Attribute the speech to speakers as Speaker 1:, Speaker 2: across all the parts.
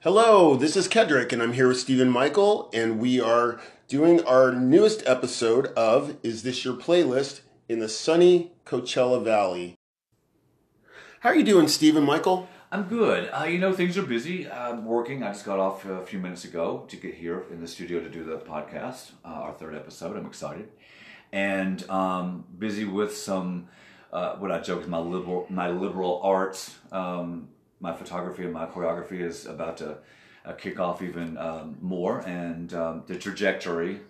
Speaker 1: Hello, this is Kedrick, and I'm here with Stephen Michael, and we are doing our newest episode of Is This Your Playlist in the sunny Coachella Valley. How are you doing, Stephen Michael?
Speaker 2: I'm good. Uh, you know, things are busy. I'm working. I just got off a few minutes ago to get here in the studio to do the podcast, uh, our third episode. I'm excited. And um, busy with some, uh, what I joke is my liberal, my liberal arts. Um, my photography and my choreography is about to uh, kick off even um, more. And um, the trajectory,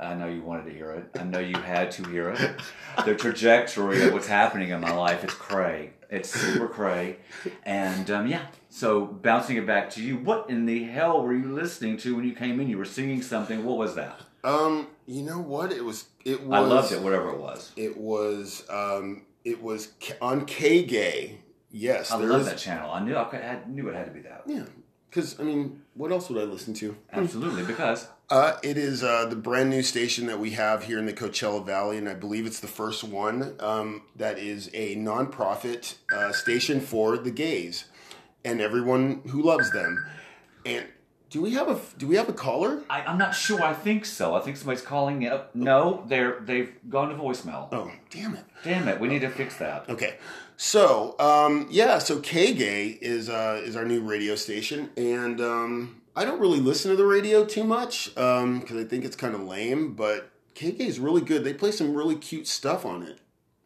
Speaker 2: I know you wanted to hear it. I know you had to hear it. The trajectory of what's happening in my life, it's cray. It's super cray. And um, yeah, so bouncing it back to you, what in the hell were you listening to when you came in? You were singing something. What was that?
Speaker 1: Um, you know what? It was. It was.
Speaker 2: I loved it, whatever it was.
Speaker 1: It was. Um, it was K- on K Gay. Yes,
Speaker 2: I
Speaker 1: there
Speaker 2: love
Speaker 1: is-
Speaker 2: that channel. I knew I could- I knew it had to be that.
Speaker 1: Yeah, because I mean, what else would I listen to?
Speaker 2: Absolutely, because
Speaker 1: Uh, it is uh, the brand new station that we have here in the Coachella Valley, and I believe it's the first one um, that is a nonprofit uh, station for the gays and everyone who loves them. And do we have a do we have a caller?
Speaker 2: I, I'm not sure. I think so. I think somebody's calling up. No, they're they've gone to voicemail.
Speaker 1: Oh, damn it!
Speaker 2: Damn it! We need to fix that.
Speaker 1: Okay, so um, yeah, so K Gay is uh, is our new radio station, and um, I don't really listen to the radio too much because I think it's kind of lame. But K Gay is really good; they play some really cute stuff on it.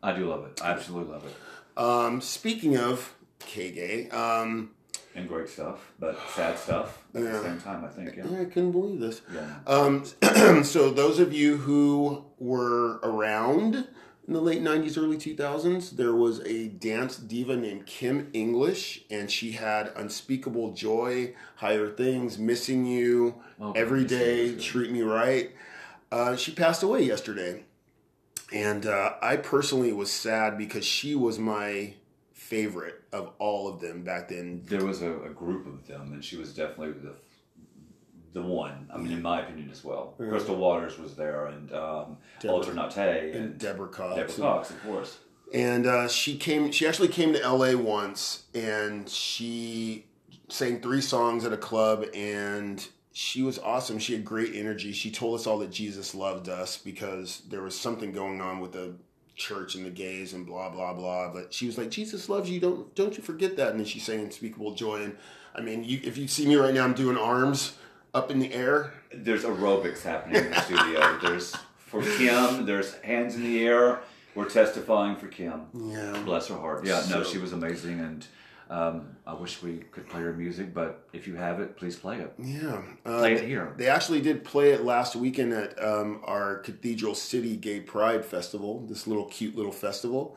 Speaker 2: I do love it. I absolutely love it.
Speaker 1: Um, speaking of KG, um,
Speaker 2: And great stuff, but sad stuff at
Speaker 1: Yeah.
Speaker 2: the same time. I think. Yeah.
Speaker 1: yeah, I couldn't believe this.
Speaker 2: yeah.
Speaker 1: Um, so those of you who were around in the late '90s, early 2000s, there was a dance diva named Kim English, and she had "Unspeakable Joy," "Higher Things," "Missing You,"
Speaker 2: Okay,
Speaker 1: "Every
Speaker 2: Missing You
Speaker 1: Day,"
Speaker 2: is good.
Speaker 1: "Treat Me Right." Uh, she passed away yesterday, and uh, I personally was sad because she was my favorite of all of them back then.
Speaker 2: There was a, a group of them, and she was definitely the the one. I mean, in my opinion, as well.
Speaker 1: Yeah.
Speaker 2: Crystal Waters was there, and um,
Speaker 1: Deborah-
Speaker 2: Alternate
Speaker 1: and
Speaker 2: and,
Speaker 1: Deborah Cox.
Speaker 2: Deborah Cox, of course.
Speaker 1: And uh, she came. She actually came to L.A. once, and she sang three songs at a club, and she was awesome. She had great energy. She told us all that Jesus loved us because there was something going on with the church and the gays and blah blah blah. But she was like, Jesus loves you. Don't don't you forget that. And then she sang Unspeakable Joy. And I mean, you, if you see me right now, I'm doing arms up in the air.
Speaker 2: There's aerobics happening in the studio. There's for Kim. There's hands in the air. We're testifying for Kim.
Speaker 1: Yeah.
Speaker 2: Bless her heart. Yeah, no,
Speaker 1: So-
Speaker 2: she was amazing, and um, I wish we could play her music. But if you have it, please play it.
Speaker 1: Yeah. Uh,
Speaker 2: Play it here.
Speaker 1: They actually did play it last weekend at um, our Cathedral City Gay Pride Festival, this little cute little festival.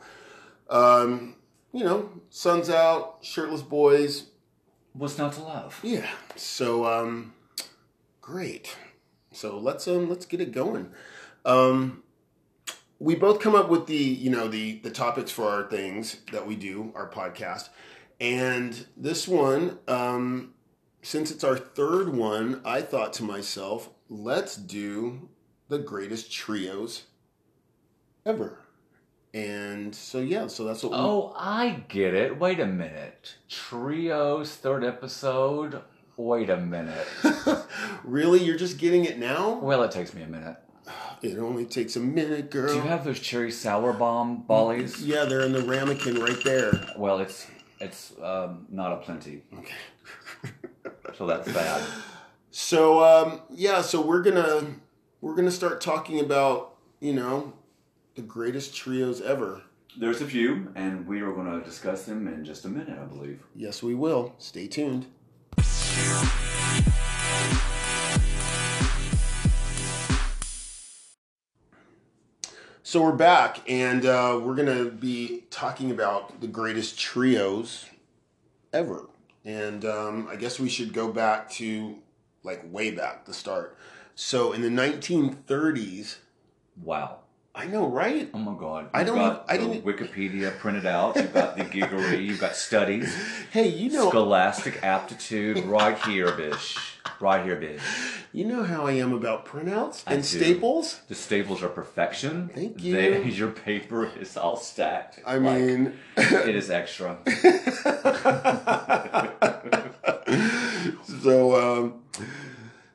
Speaker 1: Um, you know, sun's out, shirtless boys.
Speaker 2: What's not to love?
Speaker 1: Yeah. So um, great. So let's um let's get it going. Um, we both come up with the you know the the topics for our things that we do our podcast, and this one um, since it's our third one, I thought to myself, let's do the greatest trios ever. And so yeah, so that's what we
Speaker 2: Oh, I get it. Wait a minute. Trio's third episode. Wait a minute.
Speaker 1: really you're just getting it now.
Speaker 2: Well, it takes me a minute.
Speaker 1: It only takes a minute, girl.
Speaker 2: Do you have those cherry sour bomb bollies?
Speaker 1: yeah, they're in the ramekin right there.
Speaker 2: Well, it's it's um, not a plenty. Okay. so that's bad.
Speaker 1: So um, yeah, so we're gonna we're gonna start talking about you know the greatest trios ever.
Speaker 2: There's a few, and we are going to discuss them in just a minute, I believe.
Speaker 1: Yes, we will. Stay tuned. So we're back, and uh, we're gonna be talking about the greatest trios ever. And um, I guess we should go back to like way back the start. So in the 1930s,
Speaker 2: Wow.
Speaker 1: I know, right?
Speaker 2: Oh my God!
Speaker 1: I
Speaker 2: You've
Speaker 1: don't
Speaker 2: Got
Speaker 1: even- I
Speaker 2: the Wikipedia printed out. You've got the giggery. You've got studies.
Speaker 1: Hey, you know,
Speaker 2: Scholastic aptitude, right here, bish. Right here, bish.
Speaker 1: you know how I am about printouts
Speaker 2: I
Speaker 1: and
Speaker 2: do.
Speaker 1: staples.
Speaker 2: The staples are perfection.
Speaker 1: Thank you.
Speaker 2: They- your paper is all stacked.
Speaker 1: I
Speaker 2: Like,
Speaker 1: mean.
Speaker 2: it is extra.
Speaker 1: it's so, um,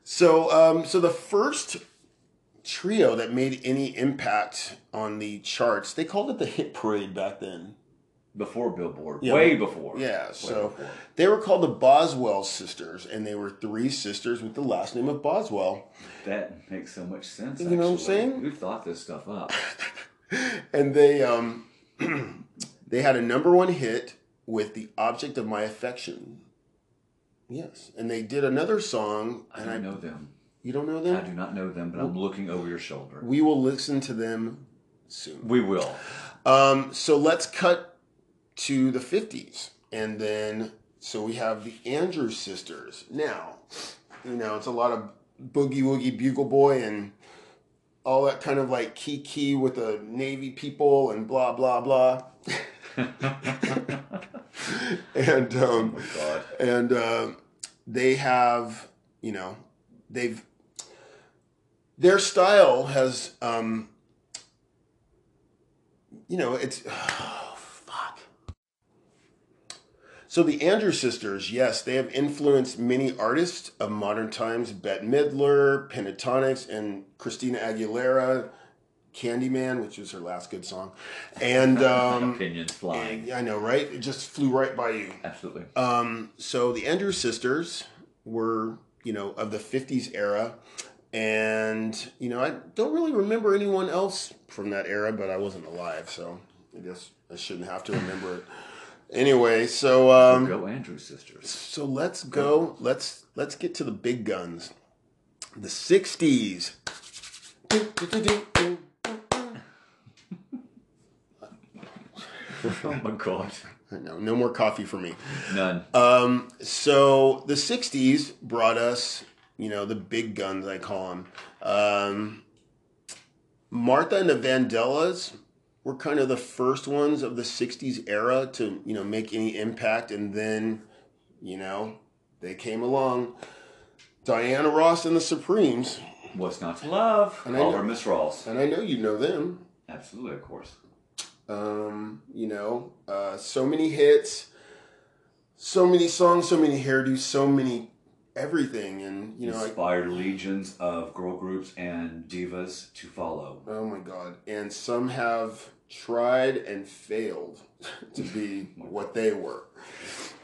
Speaker 1: so, um, so the first trio that made any impact on the charts, they called it the Hit Parade back then.
Speaker 2: Before Billboard,
Speaker 1: Yeah.
Speaker 2: way before.
Speaker 1: Yeah,
Speaker 2: Way
Speaker 1: so-
Speaker 2: before.
Speaker 1: They were called the Boswell Sisters, and they were three sisters with the last name of Boswell.
Speaker 2: that makes so much sense.
Speaker 1: You know what I'm
Speaker 2: actually.
Speaker 1: saying?
Speaker 2: Who thought this stuff up?
Speaker 1: and they um they had a number one hit with the object of my affection yes and they did another song
Speaker 2: I
Speaker 1: and
Speaker 2: don't
Speaker 1: i,
Speaker 2: know them.
Speaker 1: you don't know
Speaker 2: I
Speaker 1: them
Speaker 2: do not know them, but I'm looking over your shoulder.
Speaker 1: we will listen to them soon
Speaker 2: We will.
Speaker 1: um so let's cut to the 50s and then so we have the andrews sisters now you know it's a lot of boogie woogie bugle boy and all that kind of like kiki with the navy people and blah blah blah and
Speaker 2: oh
Speaker 1: um,
Speaker 2: my god.
Speaker 1: and um they have you know they've their style has um, you know it's fuck. So the Andrews sisters, yes, they have influenced many artists of modern times: Bette Midler, Pentatonics, and Christina Aguilera, Candyman, which was her last good song, and um,
Speaker 2: Opinions flying.
Speaker 1: I know, right? It just flew right by you.
Speaker 2: Absolutely.
Speaker 1: Um, so the Andrews sisters were, you know, of the 50s era. And, you know, I don't really remember anyone else from that era, but I wasn't alive, so I guess I shouldn't have to remember it. Anyway, so um,
Speaker 2: Go Andrew sisters.
Speaker 1: so let's go. Let's let's get to the big guns. The 60s.
Speaker 2: Oh my god.
Speaker 1: No, no more coffee for me.
Speaker 2: None.
Speaker 1: Um, so the '60s brought us, you know, the big guns. I call them. Um, Martha and the Vandellas were kind of the first ones of the '60s era to, you know, make any impact, and then, you know, they came along. Diana Ross and the Supremes,
Speaker 2: What's not to love?
Speaker 1: And I
Speaker 2: Oliver
Speaker 1: know-
Speaker 2: Miss Rawls.
Speaker 1: and I know you know them.
Speaker 2: Absolutely, of course.
Speaker 1: Um, you know, uh, so many hits, so many songs, so many hairdos, so many everything, and you know, I,
Speaker 2: Inspired legions of girl groups and divas to follow.
Speaker 1: oh my god, and some have tried and failed to be what they were.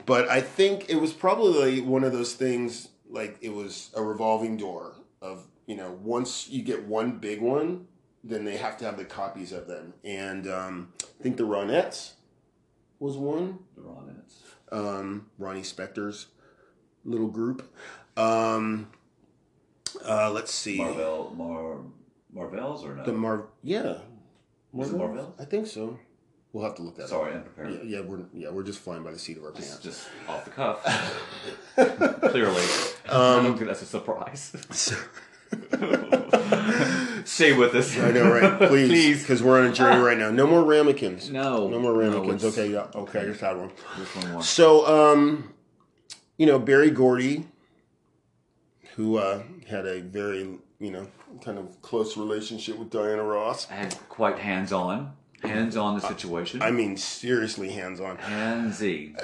Speaker 1: But I think it was probably one of those things like it was a revolving door of you know once you get one big one, then they have to have the copies of them, and um, I think the Ronettes was one.
Speaker 2: The Ronettes.
Speaker 1: um, Ronnie Spector's little group. Um, uh, let's see.
Speaker 2: Marvel, Mar, Marvels or no?
Speaker 1: The Mar, yeah,
Speaker 2: Was it
Speaker 1: Marvel?
Speaker 2: Marvel?
Speaker 1: I think so. We'll have to look that
Speaker 2: Sorry,
Speaker 1: up.
Speaker 2: unprepared.
Speaker 1: Yeah, yeah, we're yeah, we're just flying by the seat of our
Speaker 2: It's
Speaker 1: pants.
Speaker 2: just off the cuff. Clearly, I
Speaker 1: Um,
Speaker 2: don't think that's a surprise. Stay with us.
Speaker 1: I know, right? Please, because we're on a journey right now. No more ramekins.
Speaker 2: No.
Speaker 1: no more ramekins.
Speaker 2: No, it's-
Speaker 1: okay, yeah, okay, I just had one.
Speaker 2: Just one more.
Speaker 1: So, um, you know, Barry Gordy, who uh, had a very you know kind of close relationship with Diana Ross.
Speaker 2: I had quite hands on, hands on the situation.
Speaker 1: I mean, seriously hands on.
Speaker 2: handsy,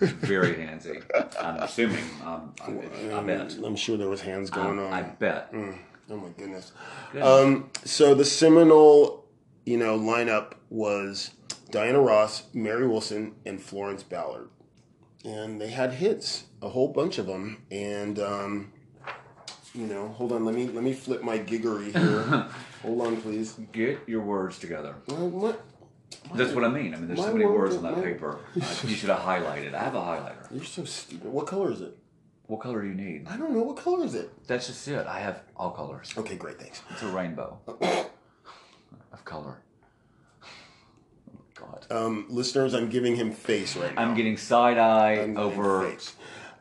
Speaker 2: very handsy. I'm assuming. Um, I, I bet.
Speaker 1: Um, I'm sure there was hands going on.
Speaker 2: I bet.
Speaker 1: oh my goodness.
Speaker 2: Goodness.
Speaker 1: Um, so the seminal, you know, lineup was Diana Ross, Mary Wilson, and Florence Ballard, and they had hits, a whole bunch of them. And um, you know, hold on, let me let me flip my giggery here. hold on, please.
Speaker 2: Get your words together.
Speaker 1: Well, what?
Speaker 2: That's what I mean. I mean, there's
Speaker 1: My
Speaker 2: so many
Speaker 1: word,
Speaker 2: words on that
Speaker 1: my-
Speaker 2: paper. Uh, you should have highlighted. I have a highlighter.
Speaker 1: You're so stupid. What color is it?
Speaker 2: What color do you need?
Speaker 1: I don't know. What color is it?
Speaker 2: That's just it. I have all colors.
Speaker 1: Okay, great. Thanks.
Speaker 2: It's a rainbow of color. Oh my God.
Speaker 1: Um, listeners, I'm giving him face right now.
Speaker 2: I'm getting side eye
Speaker 1: and
Speaker 2: over
Speaker 1: face.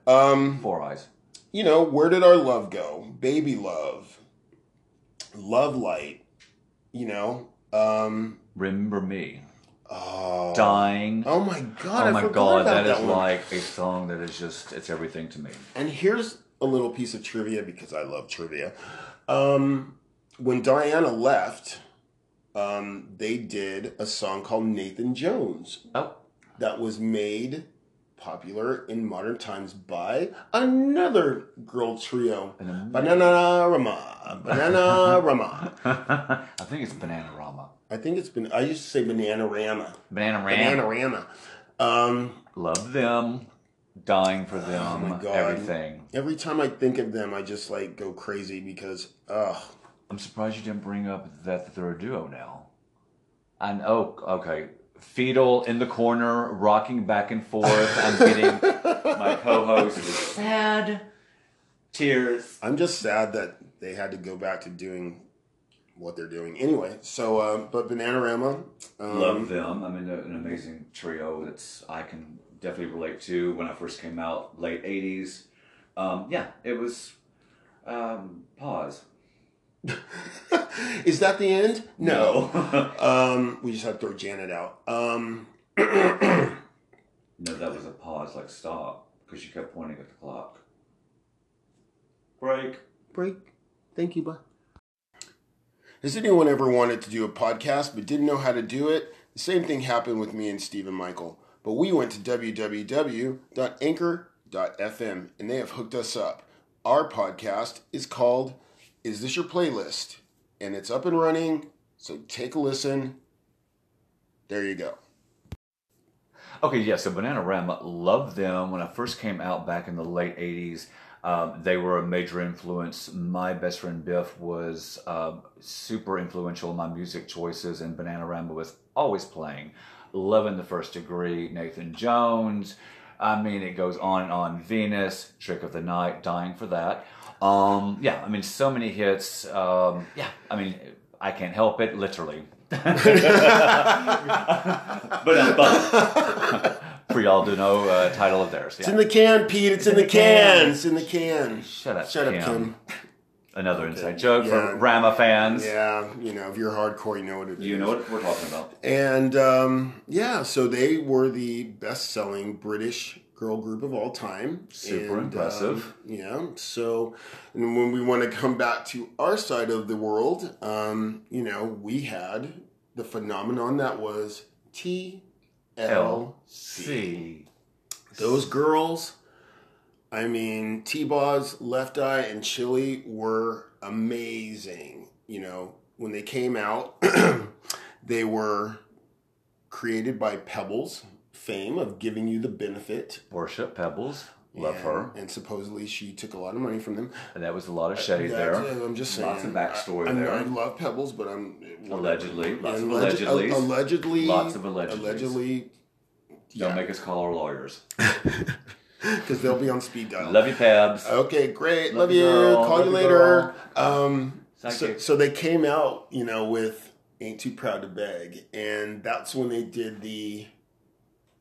Speaker 1: Um,
Speaker 2: four eyes.
Speaker 1: you know, where did our love go? Baby love, love light. You know, um,
Speaker 2: Remember me.
Speaker 1: oh,
Speaker 2: Dying.
Speaker 1: oh my god!
Speaker 2: Oh
Speaker 1: I
Speaker 2: my
Speaker 1: forgot
Speaker 2: god,
Speaker 1: about
Speaker 2: that is
Speaker 1: one.
Speaker 2: like a song that is just, it's everything to me.
Speaker 1: And here's a little piece of trivia because I love trivia. Um, when Diana left, um, they did a song called Nathan Jones
Speaker 2: Oh,
Speaker 1: that was made popular in modern times by another girl trio,
Speaker 2: Banana-
Speaker 1: Banana Rama. Banana Rama.
Speaker 2: I think it's Bananarama.
Speaker 1: I think it's been. I used to say Banana Rama.
Speaker 2: Bananarama.
Speaker 1: Banana Rama. Um,
Speaker 2: Love them. Dying for them.
Speaker 1: Oh my God.
Speaker 2: everything.
Speaker 1: every time I think of them, I just like go crazy because, ugh.
Speaker 2: I'm surprised you didn't bring up that they're a duo now. And oh, okay. Fetal in the corner, rocking back and forth. I'm getting my co-host is sad. Tears.
Speaker 1: I'm just sad that they had to go back to doing what they're doing anyway. So, uh, but Bananarama, um,
Speaker 2: Love them. I mean, they're an amazing trio that's I can definitely relate to. When I first came out, late '80s. Um, yeah, it was. Um, pause.
Speaker 1: Is that the end? No. um, we just have to throw Janet out. Um,
Speaker 2: No, that was a pause, like stop, because you kept pointing at the clock. Break.
Speaker 1: break. Thank you, bye. Has anyone ever wanted to do a podcast but didn't know how to do it? The same thing happened with me and Stephen Michael. But we went to www.anchor.fm and they have hooked us up. Our podcast is called Is This Your Playlist? And it's up and running, so take a listen. There you go.
Speaker 2: Okay, yeah, so Bananarama, love them. When I first came out back in the late 80s, um, they were a major influence. My best friend Biff was uh, super influential in my music choices, and Bananarama was always playing. Loving the first degree, Nathan Jones. I mean, it goes on and on. Venus, Trick of the Night, dying for that. Um, yeah, I mean, so many hits. Um, yeah, I mean, I can't help it, literally. But um, but- for y'all to know, uh, title of theirs.
Speaker 1: It's
Speaker 2: Yeah.
Speaker 1: in the can, Pete. It's, in the can. It's in the can.
Speaker 2: Shut up,
Speaker 1: Shut up,
Speaker 2: Kim.
Speaker 1: Kim.
Speaker 2: Another inside joke
Speaker 1: Yeah.
Speaker 2: for Rama fans.
Speaker 1: Yeah, you know, if you're hardcore, you know what it is.
Speaker 2: You know what we're talking about.
Speaker 1: And um, yeah, so they were the best selling British girl group of all time.
Speaker 2: Super
Speaker 1: And,
Speaker 2: impressive.
Speaker 1: um, yeah. So and when we want to come back to our side of the world, um, you know, we had the phenomenon that was
Speaker 2: L
Speaker 1: TLC.
Speaker 2: C.
Speaker 1: Those girls, I mean, T Boz, Left Eye, and Chili were amazing. You know, when they came out, they were created by Pebbles fame of giving you the benefit.
Speaker 2: Worship Pebbles. Love
Speaker 1: And-
Speaker 2: her.
Speaker 1: And supposedly she took a lot of money from them.
Speaker 2: And that was a lot of shade
Speaker 1: That,
Speaker 2: there.
Speaker 1: uh, I'm just saying.
Speaker 2: Lots of backstory
Speaker 1: I, I mean,
Speaker 2: there.
Speaker 1: I love Pebbles, but I'm.
Speaker 2: Allegedly. Lots of
Speaker 1: Alleg-
Speaker 2: allegedly.
Speaker 1: Allegedly.
Speaker 2: Lots of allegedlies.
Speaker 1: Allegedly.
Speaker 2: Don't make us call our lawyers.
Speaker 1: Because they'll be on speed dial.
Speaker 2: Love you, Pebs.
Speaker 1: Oh. Okay, great. Love,
Speaker 2: Love
Speaker 1: you.
Speaker 2: you, girl.
Speaker 1: Call
Speaker 2: Love
Speaker 1: you
Speaker 2: you,
Speaker 1: later.
Speaker 2: girl.
Speaker 1: Um,
Speaker 2: Thank
Speaker 1: so,
Speaker 2: you.
Speaker 1: so they came out, you know, with "Ain't Too Proud to Beg," and that's when they did the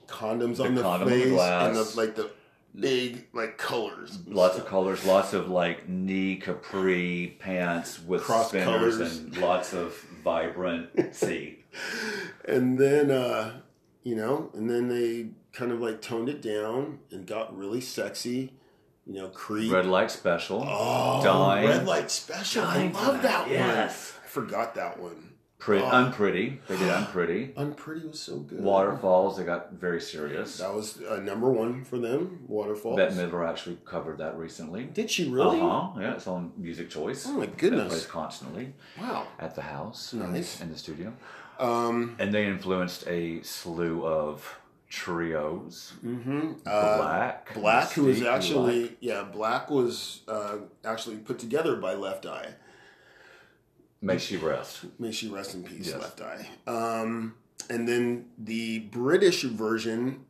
Speaker 1: condoms on the
Speaker 2: condom on the
Speaker 1: face and
Speaker 2: glass.
Speaker 1: the, like the big like colors,
Speaker 2: Lots of colors, lots of like knee capri pants with
Speaker 1: Cross
Speaker 2: spinners
Speaker 1: colors.
Speaker 2: and lots of vibrancy.
Speaker 1: and then uh, you know, and then they kind of like toned it down and got really sexy, you know, Creed.
Speaker 2: Red light special.
Speaker 1: oh,
Speaker 2: Dime.
Speaker 1: red light special.
Speaker 2: Dime
Speaker 1: I
Speaker 2: for
Speaker 1: love
Speaker 2: that,
Speaker 1: that
Speaker 2: yes.
Speaker 1: one. I forgot that one.
Speaker 2: Pretty,
Speaker 1: Oh.
Speaker 2: unpretty. They did unpretty.
Speaker 1: Unpretty was so good.
Speaker 2: Waterfalls. They got very serious.
Speaker 1: That was uh, number one for them, Waterfalls.
Speaker 2: Bette Midler actually covered that recently.
Speaker 1: Did she really?
Speaker 2: Uh-huh. Yeah, it's on Music Choice.
Speaker 1: Oh my
Speaker 2: It
Speaker 1: goodness.
Speaker 2: plays constantly
Speaker 1: Wow.
Speaker 2: at the house.
Speaker 1: Nice.
Speaker 2: In the studio.
Speaker 1: Um,
Speaker 2: And they influenced a slew of trios.
Speaker 1: mhm. Uh,
Speaker 2: Black.
Speaker 1: Black, who was
Speaker 2: Mystique,
Speaker 1: actually,
Speaker 2: Black.
Speaker 1: yeah, Black was uh, actually put together by Left Eye.
Speaker 2: May She Rest. Oh,
Speaker 1: May she rest in peace,
Speaker 2: Yes.
Speaker 1: Left Eye. Um, and then the British version,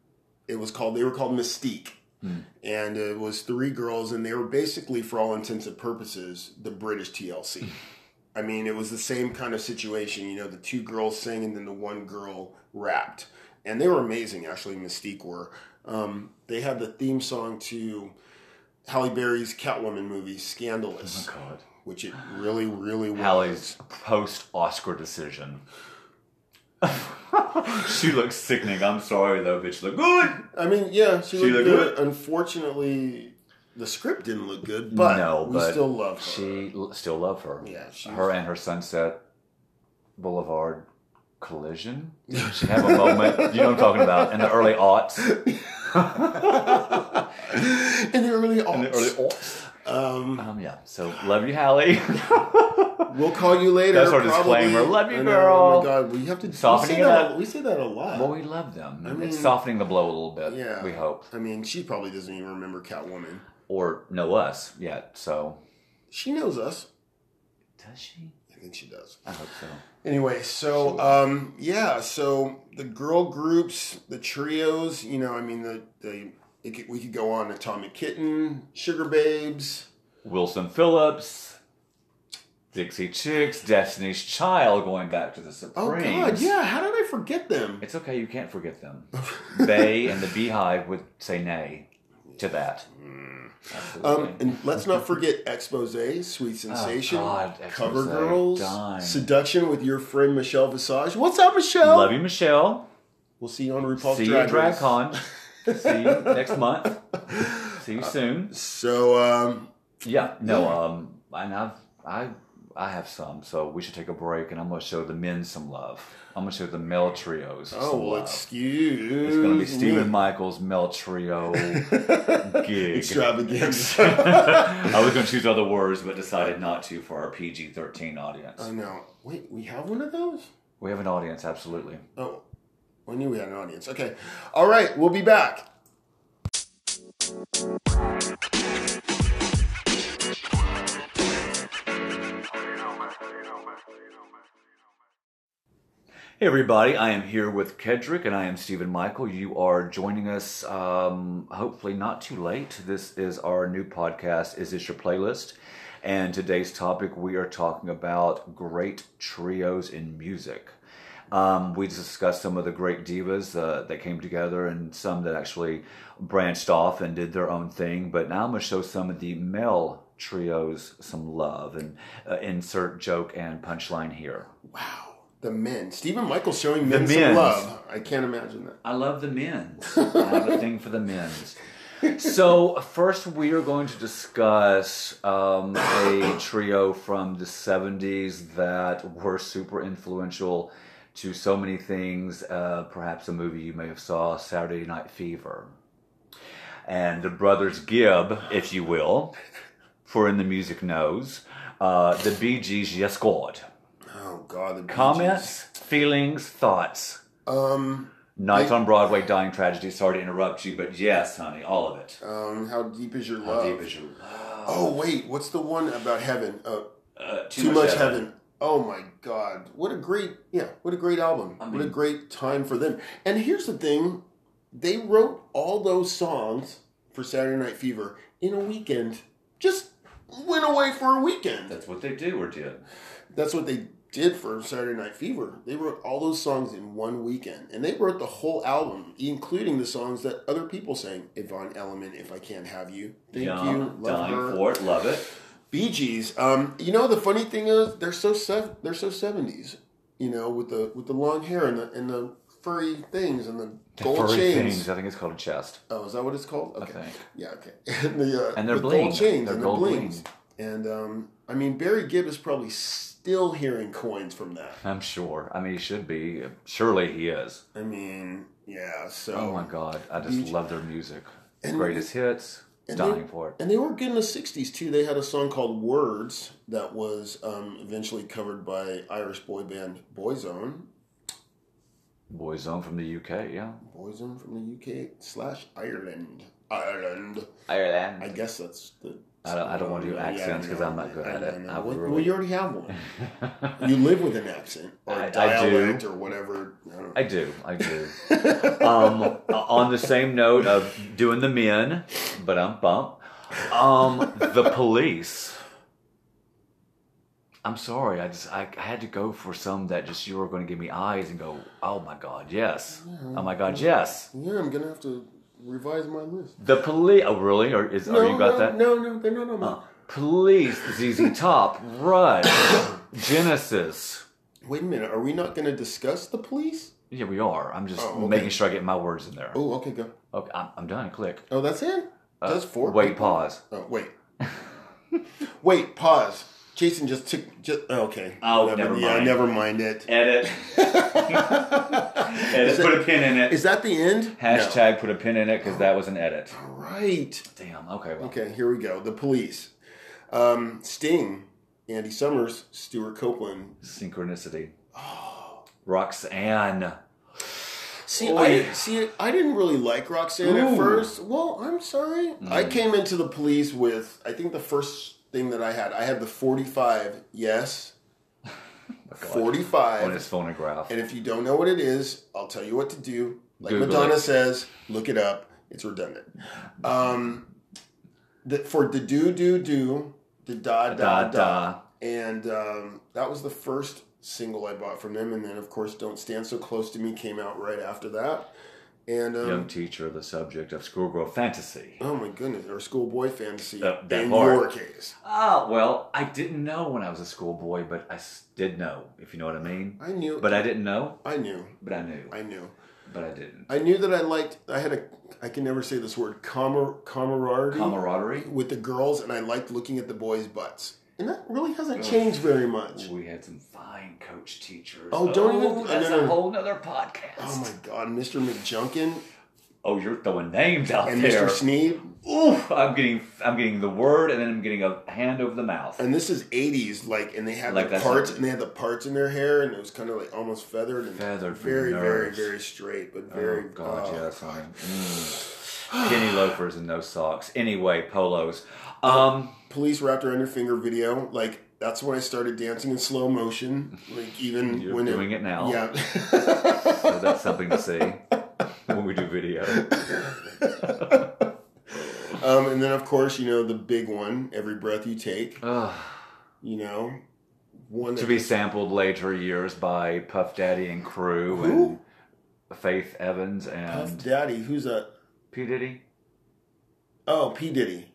Speaker 1: it was called, they were called Mystique.
Speaker 2: Hmm.
Speaker 1: And it was three girls, and they were basically, for all intents and purposes, the British
Speaker 2: Hmm.
Speaker 1: TLC. I mean, it was the same kind of situation, you know, the two girls sang and then the one girl rapped. And they were amazing, actually, Mystique were. Um, they had the theme song to Halle Berry's Catwoman movie,
Speaker 2: Oh
Speaker 1: Scandalous,
Speaker 2: my God.
Speaker 1: which it really, really was.
Speaker 2: Hallie's post Oscar decision. she looks sickening. I'm sorry though, bitch look good.
Speaker 1: I mean, yeah, she,
Speaker 2: She
Speaker 1: looked
Speaker 2: looked
Speaker 1: good. Unfortunately, the script didn't look good, but
Speaker 2: No,
Speaker 1: we
Speaker 2: but
Speaker 1: still love her.
Speaker 2: She l- still love her.
Speaker 1: yeah, she
Speaker 2: her and her Sunset Boulevard collision. She have a moment. You know what I'm talking about in the early aughts.
Speaker 1: in the early aughts.
Speaker 2: early
Speaker 1: um,
Speaker 2: Um, yeah. So love you, Hallie.
Speaker 1: we'll call you later.
Speaker 2: That's our
Speaker 1: probably.
Speaker 2: disclaimer. Love you,
Speaker 1: I know,
Speaker 2: girl.
Speaker 1: Oh my god, we have to
Speaker 2: Softening
Speaker 1: we
Speaker 2: it
Speaker 1: say that,
Speaker 2: up.
Speaker 1: We say that a lot.
Speaker 2: well, we love them.
Speaker 1: I mean-
Speaker 2: it's softening the blow a little bit.
Speaker 1: Mm. Yeah.
Speaker 2: We hope,
Speaker 1: I mean, she probably doesn't even remember Catwoman.
Speaker 2: or know us yet. So
Speaker 1: She knows us.
Speaker 2: does she?
Speaker 1: I think she does.
Speaker 2: I hope so.
Speaker 1: Anyway, so um, yeah, so the girl groups, the trios, you know, I mean, the, the it could, we could go on Atomic Kitten, Sugar Babes.
Speaker 2: Wilson Phillips, Dixie Chicks, Destiny's Child, going back to the
Speaker 1: Oh
Speaker 2: Supremes.
Speaker 1: God, yeah, how did I forget them?
Speaker 2: It's okay, you can't forget them. they and the Beehive would say nay to that. Absolutely.
Speaker 1: Mm. Um, and let's not forget Expose, Sweet Sensation,
Speaker 2: Oh, God,
Speaker 1: Cover
Speaker 2: Exposé,
Speaker 1: Girls,
Speaker 2: dime.
Speaker 1: Seduction with your friend Michelle Visage. What's up, Michelle?
Speaker 2: Love you, Michelle.
Speaker 1: We'll see you on RuPaul's
Speaker 2: See you
Speaker 1: Drag
Speaker 2: at
Speaker 1: Race.
Speaker 2: DragCon. See you next month. See you soon.
Speaker 1: So um,
Speaker 2: Yeah,
Speaker 1: Uh,
Speaker 2: no,
Speaker 1: yeah.
Speaker 2: um, and I've I I have some, so we should take a break, and I'm gonna show the men some love. I'm gonna show the male trios.
Speaker 1: oh,
Speaker 2: some
Speaker 1: well,
Speaker 2: love.
Speaker 1: excuse.
Speaker 2: It's going to be
Speaker 1: me.
Speaker 2: Stephen Michaels Mel Trio gig.
Speaker 1: Extravaganza.
Speaker 2: I was going to choose other words, but decided not to for our PG 13 audience.
Speaker 1: I know. Wait, we have one of those?
Speaker 2: we have an audience, absolutely.
Speaker 1: Oh, I knew we had an audience. Okay. All right, we'll be back.
Speaker 2: Hey, everybody, I am here with Kedrick and I am Stephen Michael. You are joining us, um, hopefully, not too late. This is our new podcast, Is This Your Playlist? And today's topic, we are talking about great trios in music. Um, we discussed some of the great divas uh, that came together and some that actually branched off and did their own thing. But now I'm going to show some of the male trios some love and uh, insert joke and punchline here.
Speaker 1: Wow. The men. Stephen Michael showing men some
Speaker 2: men's.
Speaker 1: love. I can't imagine that.
Speaker 2: I love the men's. I have a thing for the men's. So first, we are going to discuss um, a trio from the '70s that were super influential to so many things. Uh, perhaps a movie you may have saw, Saturday Night Fever, and the brothers Gibb, if you will, for in the music knows uh, the Bee Gees. Yes, God.
Speaker 1: Oh, God. The Bee Gees.
Speaker 2: Comments, feelings, thoughts.
Speaker 1: Um,
Speaker 2: Nights on Broadway, Dying Tragedy. Sorry to interrupt you, but yes, honey, all of it.
Speaker 1: um, how deep is your
Speaker 2: How
Speaker 1: love?
Speaker 2: deep is your love?
Speaker 1: oh, wait. What's the one about heaven? Uh,
Speaker 2: Uh,
Speaker 1: Too, much, heaven. Oh my God! What a great yeah! What a great album!
Speaker 2: I
Speaker 1: what a
Speaker 2: mean-
Speaker 1: great time for them. And here's the thing: they wrote all those songs for Saturday Night Fever in a weekend. Just went away for a weekend.
Speaker 2: That's what they do or did.
Speaker 1: That's what they did for Saturday Night Fever. They wrote all those songs in one weekend, and they wrote the whole album, including the songs that other people sang. Yvonne Elliman, "If I Can't Have You," "Thank
Speaker 2: Yeah,
Speaker 1: You," "Love
Speaker 2: dying
Speaker 1: Her."
Speaker 2: for it, love it.
Speaker 1: Bee Gees. Um, you know the funny thing is they're so sev- they're so seventies. You know, with the with the long hair and the and the furry things and the, gold
Speaker 2: Furry
Speaker 1: chains.
Speaker 2: things. I think it's called a chest.
Speaker 1: Oh, is that what it's called? Okay.
Speaker 2: think.
Speaker 1: Yeah. Okay. And the uh,
Speaker 2: And they're
Speaker 1: the
Speaker 2: bling.
Speaker 1: gold chains
Speaker 2: They're
Speaker 1: and
Speaker 2: gold
Speaker 1: the blings. And um, I mean Barry Gibb is probably still hearing coins from that.
Speaker 2: I'm sure. I mean, he should be. Surely he is.
Speaker 1: I mean, yeah. So
Speaker 2: Oh my God, I just love their music.
Speaker 1: And-
Speaker 2: Greatest hits.
Speaker 1: and
Speaker 2: Dying
Speaker 1: they-
Speaker 2: for it.
Speaker 1: And they were good in the 60s too. They had a song called Words that was um, eventually covered by Irish boy band Boyzone.
Speaker 2: Boyzone from the UK. Yeah.
Speaker 1: Boyzone from the UK slash Ireland. Ireland. I
Speaker 2: Ireland.
Speaker 1: guess that's the.
Speaker 2: I don't- I don't wanna do accents 'cause I'm not good at it. I would
Speaker 1: well,
Speaker 2: really-
Speaker 1: well, you already have one. you live with an accent or
Speaker 2: I- I
Speaker 1: a
Speaker 2: do.
Speaker 1: dialect or whatever. I don't know.
Speaker 2: I do. I do. um, on the same note of doing the men, but I'm bump. Um, the police. I'm sorry. I just I, I had to go for some that just you were going to give me eyes and go. Oh my god, yes. Oh my god, yes.
Speaker 1: yeah, I'm gonna have to revise my list.
Speaker 2: The police. Oh really? Or is
Speaker 1: No,
Speaker 2: oh, you got
Speaker 1: no,
Speaker 2: that?
Speaker 1: No, no, they're not on my.
Speaker 2: Police. ZZ Top. Rush. Genesis.
Speaker 1: Wait a minute. Are we not gonna discuss the police?
Speaker 2: Yeah, we are. I'm just
Speaker 1: Oh, okay.
Speaker 2: making sure I get my words in there.
Speaker 1: Oh, okay, go.
Speaker 2: Okay, I'm, I'm done. Click. Uh,
Speaker 1: Oh, that's it. that's four.
Speaker 2: Wait.
Speaker 1: people?
Speaker 2: Pause.
Speaker 1: Oh, wait. wait. Pause. Jason just took. Just, okay.
Speaker 2: Oh, never
Speaker 1: Yeah,
Speaker 2: mind.
Speaker 1: never mind it.
Speaker 2: Edit.
Speaker 1: Is
Speaker 2: Edit. put a
Speaker 1: that-
Speaker 2: pin in it.
Speaker 1: Is that the end?
Speaker 2: Hashtag put a pin in it because that was an edit.
Speaker 1: No. Right.
Speaker 2: Damn. Okay. Well.
Speaker 1: Okay, here we go. The police. Um, Sting, Andy Summers, Stuart Copeland.
Speaker 2: Synchronicity. Roxanne.
Speaker 1: See,
Speaker 2: Oh,
Speaker 1: I
Speaker 2: yeah.
Speaker 1: see. I didn't really like Roxanne
Speaker 2: Ooh.
Speaker 1: at first. Well, I'm sorry.
Speaker 2: Mm.
Speaker 1: I came into the police with. I think the first thing that I had. I had the 45. Yes,
Speaker 2: Oh my God. On
Speaker 1: 45.
Speaker 2: his phonograph.
Speaker 1: And if you don't know what it is, I'll tell you what to do. Like
Speaker 2: Google
Speaker 1: Madonna
Speaker 2: it.
Speaker 1: says, look it up. It's redundant. Um, the, for the do do do, the da da
Speaker 2: Da,
Speaker 1: da,
Speaker 2: da.
Speaker 1: and um, that was the first single I bought from them. And then, of course, "Don't Stand So Close to Me" came out right after that. And um,
Speaker 2: Young teacher, the subject of schoolgirl fantasy.
Speaker 1: oh my goodness, or "Schoolboy Fantasy"
Speaker 2: That- that
Speaker 1: in
Speaker 2: part.
Speaker 1: your case.
Speaker 2: Ah, well, I didn't know when I was a schoolboy, but I s- did know, if you know what I mean.
Speaker 1: I knew,
Speaker 2: But I didn't know,
Speaker 1: I knew,
Speaker 2: but I knew,
Speaker 1: I knew,
Speaker 2: but I didn't.
Speaker 1: I knew that I liked. I had a. I can never say this word. Camar- camaraderie.
Speaker 2: Camaraderie.
Speaker 1: with the girls, and I liked looking at the boys' butts. And that really hasn't changed very much.
Speaker 2: We had some fine coach teachers.
Speaker 1: Oh, don't even-
Speaker 2: Oh, That's
Speaker 1: no, no, no.
Speaker 2: a whole nother podcast.
Speaker 1: Oh my God, Mr. McJunkin
Speaker 2: Oh, you're throwing names out
Speaker 1: and
Speaker 2: there.
Speaker 1: Mr. Sneed.
Speaker 2: Oof! I'm getting, I'm getting the word, and then I'm getting a hand over the mouth.
Speaker 1: And this is '80s, like, and they had
Speaker 2: Like
Speaker 1: the
Speaker 2: that's
Speaker 1: parts,
Speaker 2: a-
Speaker 1: and they had the parts in their hair, and it was kind of like almost feathered and
Speaker 2: Feathered for
Speaker 1: very, very,
Speaker 2: nerves.
Speaker 1: very straight, but
Speaker 2: Oh
Speaker 1: very.
Speaker 2: God,
Speaker 1: oh,
Speaker 2: yes. I
Speaker 1: God.
Speaker 2: mean, mm. Skinny loafers and no socks. Anyway, polos. Um,
Speaker 1: Police wrapped around your finger video, like that's when I started dancing in slow motion, like even
Speaker 2: You're
Speaker 1: when
Speaker 2: doing it now.
Speaker 1: Yeah.
Speaker 2: so that's something to see when we do video.
Speaker 1: um, and then of course you know the big one, every breath you take.
Speaker 2: Ugh.
Speaker 1: you know, one
Speaker 2: to
Speaker 1: that-
Speaker 2: be sampled later years by Puff Daddy and crew
Speaker 1: Who?
Speaker 2: and Faith Evans
Speaker 1: Puff
Speaker 2: and
Speaker 1: Daddy. Who's that?
Speaker 2: P Diddy,
Speaker 1: Oh, P Diddy,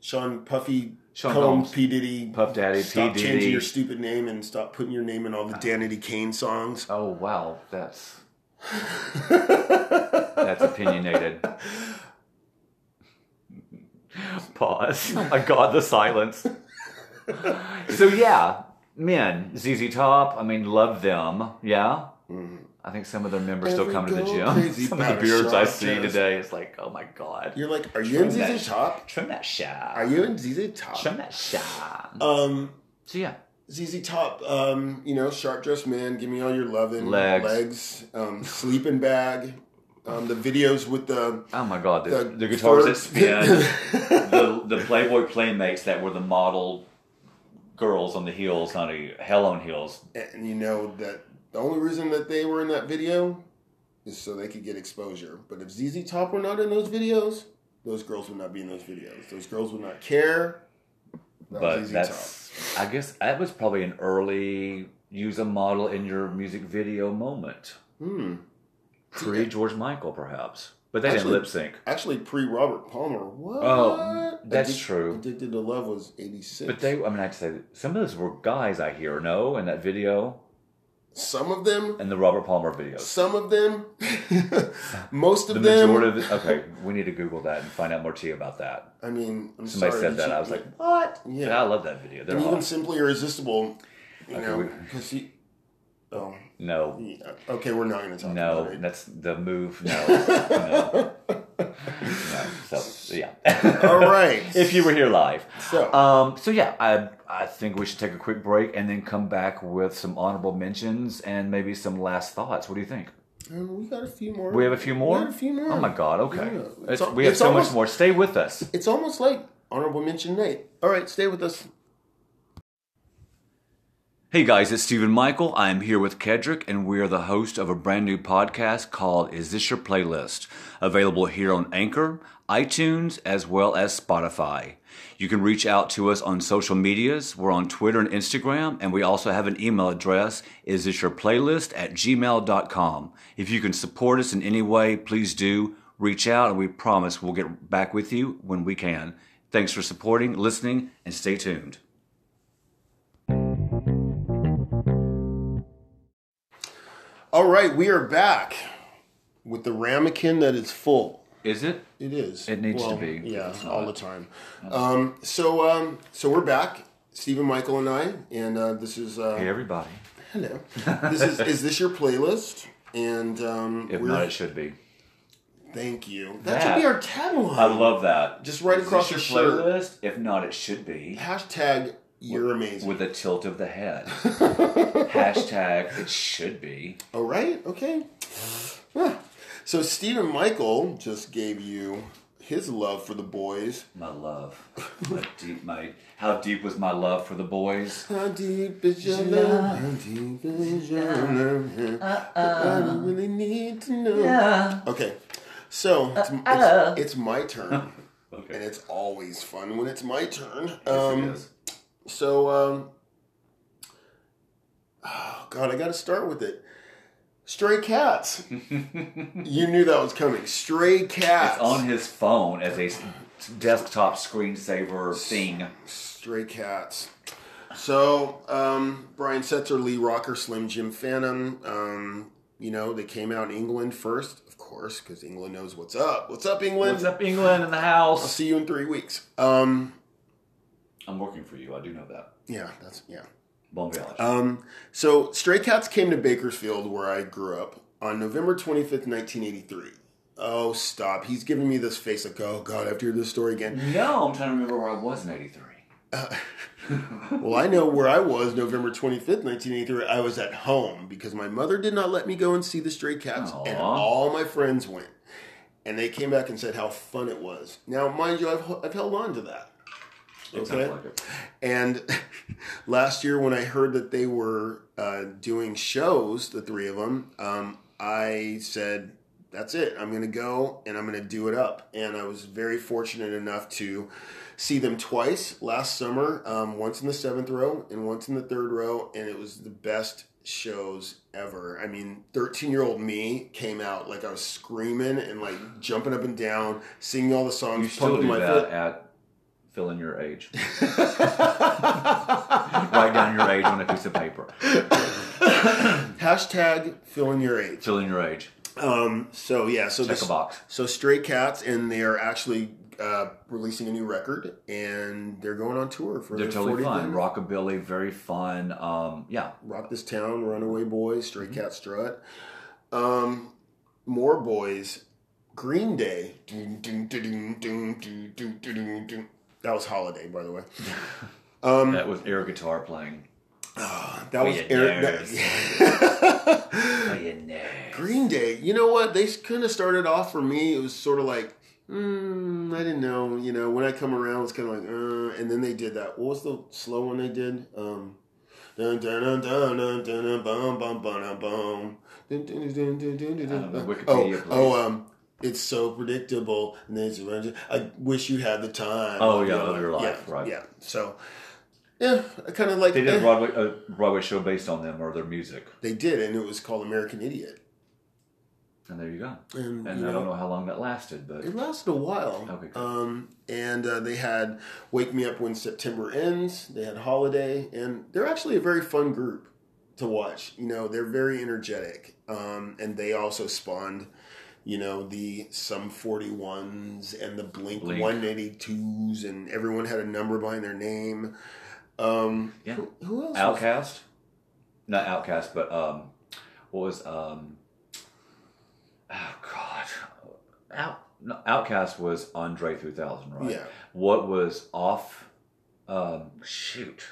Speaker 1: Sean Puffy
Speaker 2: Sean
Speaker 1: Combs,
Speaker 2: Combs.
Speaker 1: P Diddy.
Speaker 2: Puff Daddy, P Uh.
Speaker 1: Stop changing your
Speaker 2: Diddy.
Speaker 1: stupid name and stop putting your name in all the Danity Kane songs.
Speaker 2: Oh wow, that's that's opinionated. Pause. My God, the silence. so yeah, men, ZZ Top. I mean, love them. Yeah. I think some of their members still
Speaker 1: Mm-hmm. Every
Speaker 2: come to the
Speaker 1: girl
Speaker 2: gym.
Speaker 1: crazy
Speaker 2: Some of the
Speaker 1: about a
Speaker 2: beards I
Speaker 1: shot
Speaker 2: see
Speaker 1: just-
Speaker 2: today, it's like, oh my god,
Speaker 1: You're like, are you in
Speaker 2: Trim that
Speaker 1: ZZ Top?
Speaker 2: trim that shaft.
Speaker 1: Are you in ZZ Top?
Speaker 2: Trim that shaft.
Speaker 1: Um,
Speaker 2: So yeah,
Speaker 1: ZZ Top. Um, you know, sharp dressed man. Give me all your loving
Speaker 2: Legs.
Speaker 1: legs um, sleeping bag. Um, the videos with the
Speaker 2: oh my god, the,
Speaker 1: the,
Speaker 2: the guitars that spin,
Speaker 1: spin.
Speaker 2: the the Playboy playmates that were the model girls on the heels, not a hell on heels.
Speaker 1: And you know that the only reason that they were in that video is so they could get exposure. But if ZZ Top were not in those videos, those girls would not be in those videos. Those girls would not care. That
Speaker 2: but
Speaker 1: was ZZ Top.
Speaker 2: that's, I guess, that was probably an early use a model in your music video moment,
Speaker 1: Hmm.
Speaker 2: pre George Michael, perhaps. But they didn't
Speaker 1: Actually-
Speaker 2: lip sync.
Speaker 1: Actually, pre Robert Palmer. What?
Speaker 2: Oh, that's true.
Speaker 1: Addicted to Love was '86.
Speaker 2: But they, I mean, I'd say that some of those were guys I hear, no, in that video
Speaker 1: some of them,
Speaker 2: and the Robert Palmer videos.
Speaker 1: some of them, most
Speaker 2: The
Speaker 1: of them.
Speaker 2: majority of the, okay, we need to Google that and find out more tea about that.
Speaker 1: I mean, I'm
Speaker 2: Somebody
Speaker 1: sorry
Speaker 2: said that.
Speaker 1: you-
Speaker 2: I was like, "What?"
Speaker 1: Yeah.
Speaker 2: Yeah, I love that video. They're
Speaker 1: and even
Speaker 2: awesome.
Speaker 1: simply irresistible. You
Speaker 2: Okay,
Speaker 1: know,
Speaker 2: we-
Speaker 1: because he. Oh,
Speaker 2: No,
Speaker 1: yeah. okay. We're not going to talk about
Speaker 2: no,
Speaker 1: it.
Speaker 2: that's the move. No, no, no. So yeah,
Speaker 1: All right.
Speaker 2: if you were here live.
Speaker 1: So-
Speaker 2: um, so yeah, I I think we should take a quick break and then come back with some honorable mentions and maybe some last thoughts. What do you think?
Speaker 1: Um, we got a few more.
Speaker 2: We have a few more.
Speaker 1: We got a few more.
Speaker 2: Oh my god!
Speaker 1: Yeah.
Speaker 2: Okay,
Speaker 1: It's
Speaker 2: It's-
Speaker 1: al-
Speaker 2: we have
Speaker 1: it's
Speaker 2: so
Speaker 1: almost-
Speaker 2: much more. Stay with us.
Speaker 1: It's almost like honorable mention night. All right, stay with us.
Speaker 2: Hey guys, it's Stephen Michael. I am here with Kedrick, and we are the host of a brand new podcast called Is This Your Playlist? Available here on Anchor, iTunes, as well as Spotify. You can reach out to us on social medias. We're on Twitter and Instagram, and we also have an email address, is this your playlist at gmail.com. If you can support us in any way, please do reach out, and we promise we'll get back with you when we can. Thanks for supporting, listening, and stay tuned.
Speaker 1: All right, we are back with the ramekin that is full.
Speaker 2: Is it?
Speaker 1: It is.
Speaker 2: It needs to
Speaker 1: Well,
Speaker 2: be, if
Speaker 1: Yeah,
Speaker 2: it's
Speaker 1: all the time. Um, so, um, so we're back. Stephen Michael and I, and uh, this is uh,
Speaker 2: Hey, everybody.
Speaker 1: hello. This is is this your playlist? And um,
Speaker 2: If
Speaker 1: we're-
Speaker 2: not, it should be.
Speaker 1: thank you. That,
Speaker 2: That-
Speaker 1: should be our tagline.
Speaker 2: I love that.
Speaker 1: Just right
Speaker 2: Is
Speaker 1: across
Speaker 2: this
Speaker 1: your shirt.
Speaker 2: playlist. If not, it should be
Speaker 1: hashtag. You're amazing.
Speaker 2: with a tilt of the head. Hashtag it should be.
Speaker 1: All Oh, right. Okay. Ah. So Stephen Michael just gave you his love for the boys.
Speaker 2: My love, my deep, my how deep was my love for the boys?
Speaker 1: How deep is your
Speaker 2: Uh-uh.
Speaker 1: love? How deep is your love? I don't really need to know. Okay, so it's,
Speaker 3: Uh-oh.
Speaker 1: it's, it's my turn, and
Speaker 2: Okay,
Speaker 1: it's always fun when it's my turn.
Speaker 2: Yes, it
Speaker 1: Um,
Speaker 2: is.
Speaker 1: so, um, oh God, I got to start with it. Stray cats. you knew that was coming. Stray cats.
Speaker 2: It's on his phone as a s- desktop screensaver thing.
Speaker 1: Stray Cats. So, um, Brian Setzer, Lee Rocker, Slim Jim Phantom, um, you know, they came out in England first, of course, because England knows what's up. What's up, England?
Speaker 2: What's up, England in the
Speaker 1: I'll
Speaker 2: house?
Speaker 1: see you in three weeks. Um,
Speaker 2: I'm working for you. I do know that.
Speaker 1: yeah, that's, yeah.
Speaker 2: Bon voyage.
Speaker 1: Um, so, Stray Cats came to Bakersfield, where I grew up, on November 25th, 1983. Oh, stop. He's giving me this face like, oh, God, I have to hear this story again.
Speaker 2: no, I'm trying to remember where I was in '83.
Speaker 1: Well, I know where I was November 25th, 1983. I was at home because my mother did not let me go and see the Stray Cats, and
Speaker 2: Aw.
Speaker 1: all my friends went. And they came back and said how fun it was. Now, mind you, I've, I've held on to that.
Speaker 2: It sounds like it.
Speaker 1: And last year, when I heard that they were uh, doing shows, the three of them, um, I said, "That's it. I'm going to go and I'm going to do it up." And I was very fortunate enough to see them twice last summer. Um, once in the seventh row and once in the third row, and it was the best shows ever. I mean, 13-year-old me came out like I was screaming and like jumping up and down, singing all the songs,
Speaker 2: You still
Speaker 1: pumping
Speaker 2: do
Speaker 1: my
Speaker 2: that
Speaker 1: foot.
Speaker 2: at filling your age. Write down your age on a piece of paper.
Speaker 1: Hashtag filling your age.
Speaker 2: Fill in your age.
Speaker 1: Um, so yeah, so
Speaker 2: Check
Speaker 1: this,
Speaker 2: a box.
Speaker 1: so Stray Cats, and they are actually uh, releasing a new record, and they're going on tour for
Speaker 2: They're
Speaker 1: their
Speaker 2: totally
Speaker 1: 40th
Speaker 2: fun.
Speaker 1: anniversary.
Speaker 2: Rockabilly, very fun. Um, yeah.
Speaker 1: Rock This Town, Runaway Boys, Stray
Speaker 2: Mm-hmm.
Speaker 1: Cat Strut, um, More Boys, Green Day. Dun, dun, dun, dun, dun, dun, dun, dun, dun, dun. That was Holiday, by the way. Um, ah,
Speaker 2: That was air guitar playing.
Speaker 1: that was Eric. that- Green Day, you know what? They kind of started off for me. It was sort of like, mm, I didn't know. You know, when I come around, it's kind of like, uh, and then they did that. What was the slow one they did? Um, dun dun dun dun dun dun dun bum bum bum dun, bum. Dun, dun, dun, dun, dun, dun,
Speaker 2: I don't know,
Speaker 1: dun.
Speaker 2: Wikipedia,
Speaker 1: Oh,
Speaker 2: please.
Speaker 1: oh, um, it's so predictable. And then it's around you. I wish you had the time.
Speaker 2: Oh, yeah,
Speaker 1: You know,
Speaker 2: of your life,
Speaker 1: yeah,
Speaker 2: right.
Speaker 1: Yeah. So, yeah, I kind of like
Speaker 2: They did a
Speaker 1: eh.
Speaker 2: Broadway, a Broadway show based on them or their music.
Speaker 1: They did, and it was called American Idiot.
Speaker 2: And there you go.
Speaker 1: And,
Speaker 2: And
Speaker 1: you
Speaker 2: I don't know how long that lasted, but
Speaker 1: It lasted a while.
Speaker 2: Okay, good.
Speaker 1: Um, and uh, they had Wake Me Up When September Ends. They had Holiday, and they're actually a very fun group to watch. You know, they're very energetic, um, and they also spawned, you know, the Sum 41s and the Blink,
Speaker 2: Blink.
Speaker 1: 182s, and everyone had a number behind their name. Um,
Speaker 2: Yeah.
Speaker 1: who, who else? was-
Speaker 2: Outcast, not Outcast, but um, what was um, oh god, out no, Outcast was Andre three thousand, right?
Speaker 1: Yeah.
Speaker 2: What was off? Um, shoot,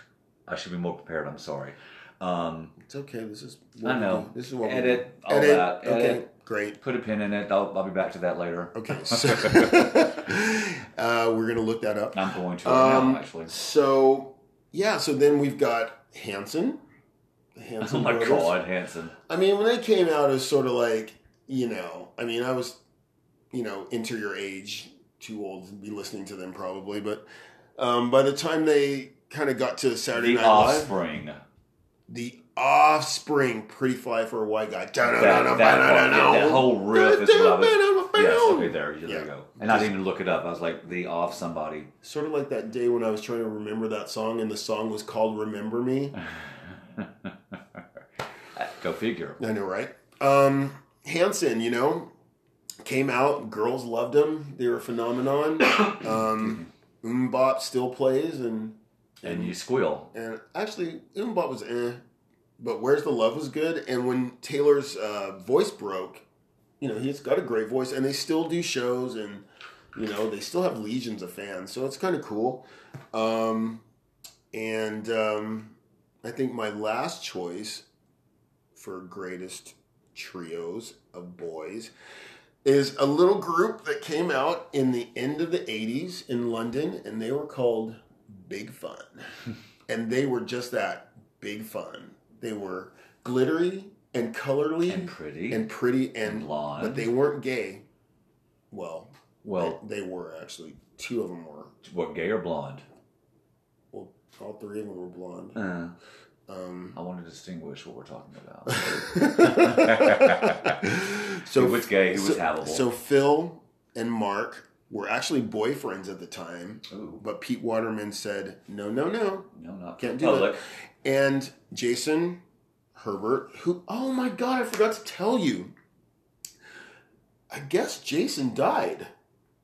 Speaker 2: I should be more prepared. I'm sorry. Um,
Speaker 1: It's okay. This is
Speaker 2: I know.
Speaker 1: This is what we
Speaker 2: Edit
Speaker 1: do.
Speaker 2: all that.
Speaker 1: Okay,
Speaker 2: Edit.
Speaker 1: great.
Speaker 2: put a pin in it. I'll, I'll be back to that later.
Speaker 1: Okay, so uh, we're gonna look that up.
Speaker 2: I'm going to
Speaker 1: Um,
Speaker 2: now actually.
Speaker 1: So yeah, so then we've got Hanson. The
Speaker 2: Oh
Speaker 1: Hanson
Speaker 2: my
Speaker 1: brothers.
Speaker 2: god, Hanson.
Speaker 1: I mean, when they came out, it was sort of like you know. I mean, I was you know into your age, too old to be listening to them probably, but um, by the time they kind of got to Saturday
Speaker 2: The
Speaker 1: Night Live,
Speaker 2: Offspring.
Speaker 1: the Offspring, "Pretty Fly for a White Guy,"
Speaker 2: That, that, part, yeah, that whole riff is what I was Yes, okay, there, there
Speaker 1: Yeah.
Speaker 2: you go. And I didn't even look it up. I was like, the off somebody.
Speaker 1: Sort of like that day when I was trying to remember that song, and the song was called "Remember Me."
Speaker 2: Go figure.
Speaker 1: I know, right? Um, Hanson, you know, came out. Girls loved him. They were a phenomenon. um, Umbop still plays, and
Speaker 2: and you squeal.
Speaker 1: And actually, Umbop was eh, but Where's the Love was good. And when Taylor's uh, voice broke, you know, he's got a great voice, and they still do shows, and you know, they still have legions of fans, so it's kind of cool. Um, and um, I think my last choice for greatest trios of boys is a little group that came out in the end of the 80s in London, and they were called Big Fun. and they were just that big fun. They were glittery and colorly
Speaker 2: And pretty.
Speaker 1: and pretty and
Speaker 2: blonde.
Speaker 1: but they weren't gay. Well,
Speaker 2: Well,
Speaker 1: they, they were actually. Two of them were.
Speaker 2: what, gay or blonde?
Speaker 1: Well, all three of them were blonde.
Speaker 2: Uh,
Speaker 1: Um,
Speaker 2: I want to distinguish what we're talking about.
Speaker 1: so
Speaker 2: He was gay, he was
Speaker 1: so,
Speaker 2: haveable.
Speaker 1: So Phil and Mark were actually boyfriends at the time,
Speaker 2: Ooh,
Speaker 1: but Pete Waterman said no, no, no,
Speaker 2: no, not
Speaker 1: Can't do
Speaker 2: public.
Speaker 1: and Jason Herbert, who oh my god, I forgot to tell you. I guess Jason died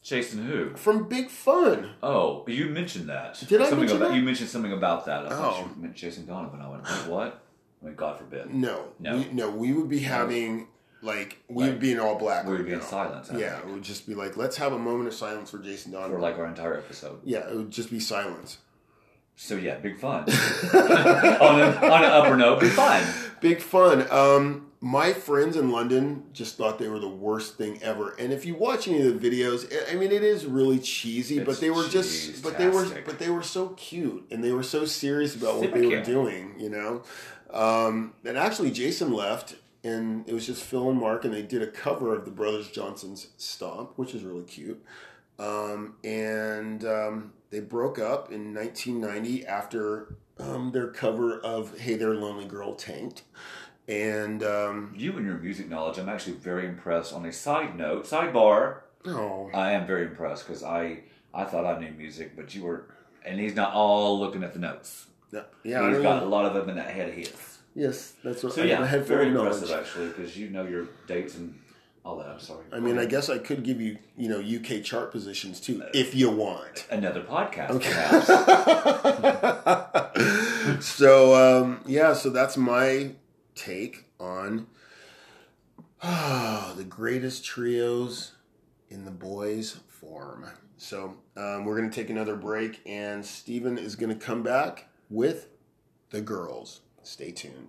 Speaker 2: Jason who?
Speaker 1: from Big Fun.
Speaker 2: Oh, you mentioned that.
Speaker 1: Did I
Speaker 2: something
Speaker 1: mention
Speaker 2: about,
Speaker 1: that?
Speaker 2: You mentioned something about that. I thought
Speaker 1: Oh.
Speaker 2: you meant Jason Donovan. I went, what? I mean, God forbid.
Speaker 1: No,
Speaker 2: No.
Speaker 1: we, no, we would be having like we
Speaker 2: Like,
Speaker 1: would be in all black.
Speaker 2: We would
Speaker 1: right
Speaker 2: be in
Speaker 1: now.
Speaker 2: silence. I
Speaker 1: Yeah,
Speaker 2: think,
Speaker 1: it would just be like let's have a moment of silence for Jason
Speaker 2: For
Speaker 1: Donovan.
Speaker 2: like our entire episode.
Speaker 1: yeah, it would just be silence.
Speaker 2: So yeah, big fun. on, a, on an upper note, big fun.
Speaker 1: Big fun. Um, my friends in London just thought they were the worst thing ever. And if you watch any of the videos, I- I mean, it is really cheesy,
Speaker 2: It's
Speaker 1: but they were just, but they were,
Speaker 2: cheese-tastic.
Speaker 1: but they were so cute and they were so serious about what they were
Speaker 2: Sick, yeah.
Speaker 1: doing, you know. Um, and actually, Jason left, and it was just Phil and Mark, and they did a cover of the Brothers Johnson's "Stomp," which is really cute. Um, and um, they broke up in 1990 after um, their cover of "Hey There, Lonely Girl" tanked. And um,
Speaker 2: You and your music knowledge, I'm actually very impressed. On a side note, sidebar,
Speaker 1: oh,
Speaker 2: I am very impressed because I I thought I knew music, but you were, and he's not all looking at the notes.
Speaker 1: no, yeah, I
Speaker 2: he's
Speaker 1: don't
Speaker 2: got a
Speaker 1: know.
Speaker 2: lot of them in that head of his.
Speaker 1: yes, that's what
Speaker 2: So
Speaker 1: I, I
Speaker 2: yeah,
Speaker 1: had
Speaker 2: very
Speaker 1: full knowledge.
Speaker 2: impressive actually because you know your dates and all that. I'm sorry.
Speaker 1: I mean, I guess I could give you, you know, UK chart positions too,
Speaker 2: Uh,
Speaker 1: if you want.
Speaker 2: another podcast. Perhaps.
Speaker 1: so um, yeah, so that's my take on the greatest trios in the boys form. So um, we're gonna take another break, and Steven is gonna come back with the girls. Stay tuned.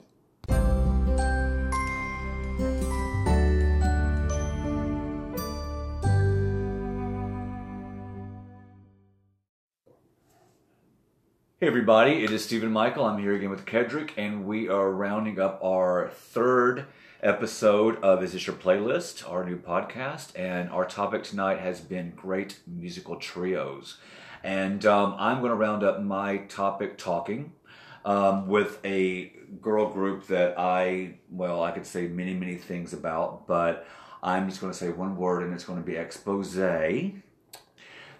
Speaker 2: Hey everybody, it is Stephen Michael. I'm here again with Kedrick, and we are rounding up our third episode of Is This Your Playlist, our new podcast, and our topic tonight has been great musical trios. And um, I'm going to round up my topic talking um, with a girl group that I, well, I could say many, many things about, but I'm just going to say one word, and it's going to be expose.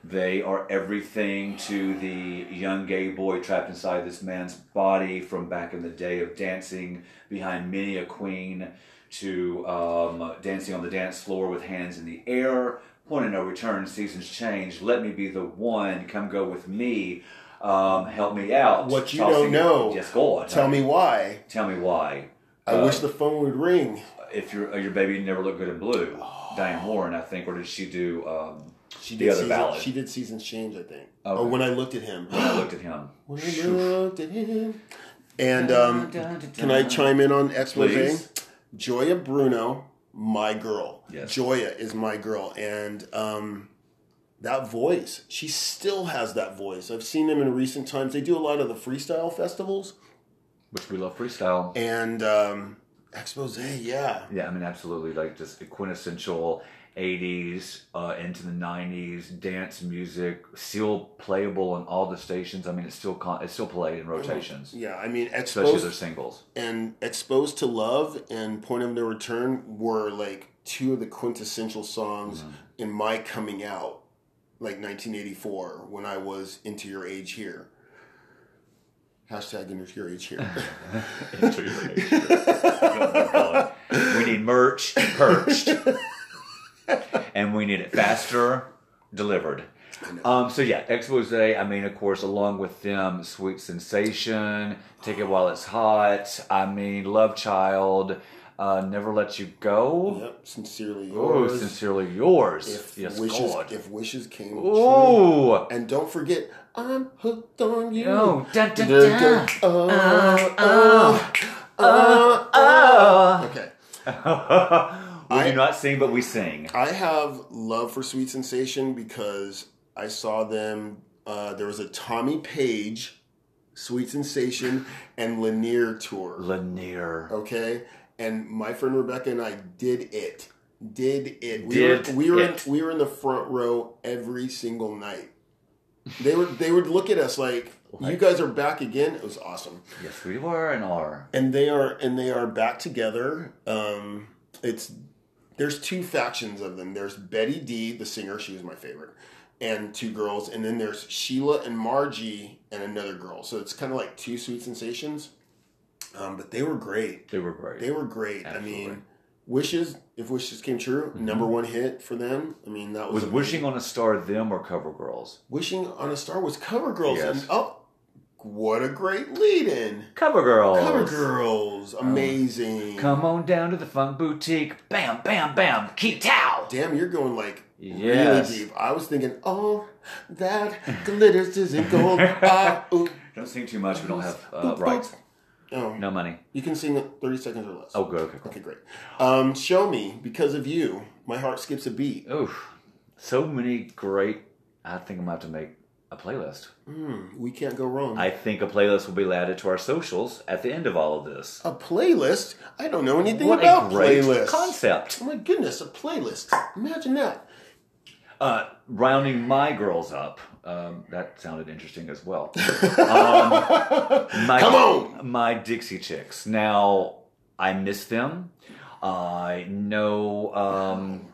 Speaker 2: They are everything to the young gay boy trapped inside this man's body from back in the day of dancing behind many a queen to um, dancing on the dance floor with hands in the air, point of no return, seasons change, let me be the one, come go with me, um, help me out.
Speaker 1: What you don't know,
Speaker 2: Yes, go on.
Speaker 1: Tell me why.
Speaker 2: Tell me why.
Speaker 1: I wish the phone would ring.
Speaker 2: If oh, your your baby never looked good in blue, Diane Warren, I think, or did she do? Um,
Speaker 1: She
Speaker 2: The
Speaker 1: did
Speaker 2: other
Speaker 1: season,
Speaker 2: ballad.
Speaker 1: She did seasons change, I think.
Speaker 2: Okay.
Speaker 1: Or when I looked at him.
Speaker 2: when I looked at him.
Speaker 1: When I looked at him. And um, can I chime in on expose?
Speaker 2: Please.
Speaker 1: Joya Bruno, my girl.
Speaker 2: Yes.
Speaker 1: Joya is my girl, and um, that voice. She still has that voice. I've seen them in recent times. They do a lot of the freestyle festivals,
Speaker 2: Which we love freestyle.
Speaker 1: and um, expose. Yeah,
Speaker 2: Yeah, I mean, absolutely. Like, just a quintessential 80s uh, into the 90s dance music, still playable on all the stations. I mean, it's still con- it's still played in rotations,
Speaker 1: Oh, yeah. I mean,
Speaker 2: especially their
Speaker 1: expose
Speaker 2: singles.
Speaker 1: and exposed to love and point of no return were like two of the quintessential songs in my coming out like 1984 when i was into your age here hashtag into your age here
Speaker 2: we need merch perched, and we need it faster delivered. Um, so yeah, expose. I mean, of course, along with them, Sweet Sensation, Take It While It's Hot. I mean, Love Child, uh, Never Let You Go.
Speaker 1: Yep, sincerely
Speaker 2: Oh,
Speaker 1: yours.
Speaker 2: sincerely yours.
Speaker 1: if
Speaker 2: yes,
Speaker 1: wishes,
Speaker 2: God.
Speaker 1: if wishes came true.
Speaker 2: Ooh.
Speaker 1: And don't forget, I'm hooked on you.
Speaker 2: Oh, da, da,
Speaker 1: Da, da,
Speaker 2: da.
Speaker 1: oh,
Speaker 2: Uh,
Speaker 1: oh, oh, oh. Okay.
Speaker 2: uh. we do not sing, but we sing.
Speaker 1: I have love for Sweet Sensation because I saw them. Uh, there was a Tommy Page, Sweet Sensation, and Lanier tour.
Speaker 2: Lanier.
Speaker 1: Okay, and my friend Rebecca and I did it. Did it? We were
Speaker 2: Did
Speaker 1: we were
Speaker 2: it.
Speaker 1: In, we were in the front row every single night. They were they would look at us like you guys are back again. It was awesome
Speaker 2: Yes, we were and are.
Speaker 1: and they are and they are back together um it's there's two factions of them there's betty d the singer she was my favorite and two girls and then there's sheila and margie and another girl so it's kind of like two sweet sensations um but they were great
Speaker 2: They were great.
Speaker 1: they were great i
Speaker 2: Absolutely. Mm-hmm.
Speaker 1: mean wishes if wishes came true number one hit for them i mean that was
Speaker 2: was
Speaker 1: amazing.
Speaker 2: Wishing on a Star them or Cover Girls?
Speaker 1: wishing on a star was cover girls
Speaker 2: Yes.
Speaker 1: and oh what a great lead in
Speaker 2: Cover Girls.
Speaker 1: cover girls amazing
Speaker 2: Oh. Come on down to the Funk Boutique. Bam, bam, bam. Keep towel.
Speaker 1: Damn, you're going like
Speaker 2: Yes.
Speaker 1: really deep. I was thinking, oh, that glitters isn't gold. Ah, ooh.
Speaker 2: Don't sing too much. We don't have uh, rights.
Speaker 1: Oh,
Speaker 2: No money.
Speaker 1: you can sing it 30 seconds or less.
Speaker 2: Oh, good. Okay,
Speaker 1: Okay, great. Um, show me because of you. My heart skips a beat.
Speaker 2: cool. Oof. So many great. I think I'm about to make a playlist.
Speaker 1: We can't go wrong.
Speaker 2: I think a playlist will be added to our socials at the end of all of this.
Speaker 1: a playlist. I don't know anything
Speaker 2: What a
Speaker 1: about
Speaker 2: great
Speaker 1: playlists.
Speaker 2: concept.
Speaker 1: Oh my goodness, a playlist. Imagine that.
Speaker 2: Uh, rounding my girls up. Um, that sounded interesting as well. Um, my,
Speaker 1: Come on!
Speaker 2: My Dixie Chicks. Now, I miss them. I know um,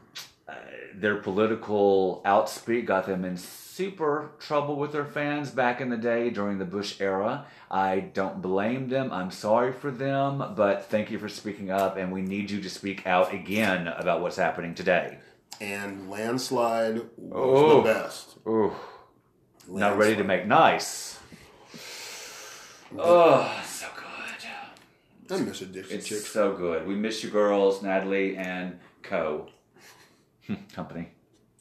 Speaker 2: uh, their political outspeak got them in super trouble with their fans back in the day during the Bush era. I don't blame them. I'm sorry for them, but thank you for speaking up, and we need you to speak out again about what's happening today.
Speaker 1: And landslide was
Speaker 2: Oh.
Speaker 1: the best.
Speaker 2: Ooh. Not ready to make nice. Oh, so good.
Speaker 1: I miss a Dixie
Speaker 2: It's
Speaker 1: Chicks.
Speaker 2: so good. We miss you girls, Natalie and Co. Company.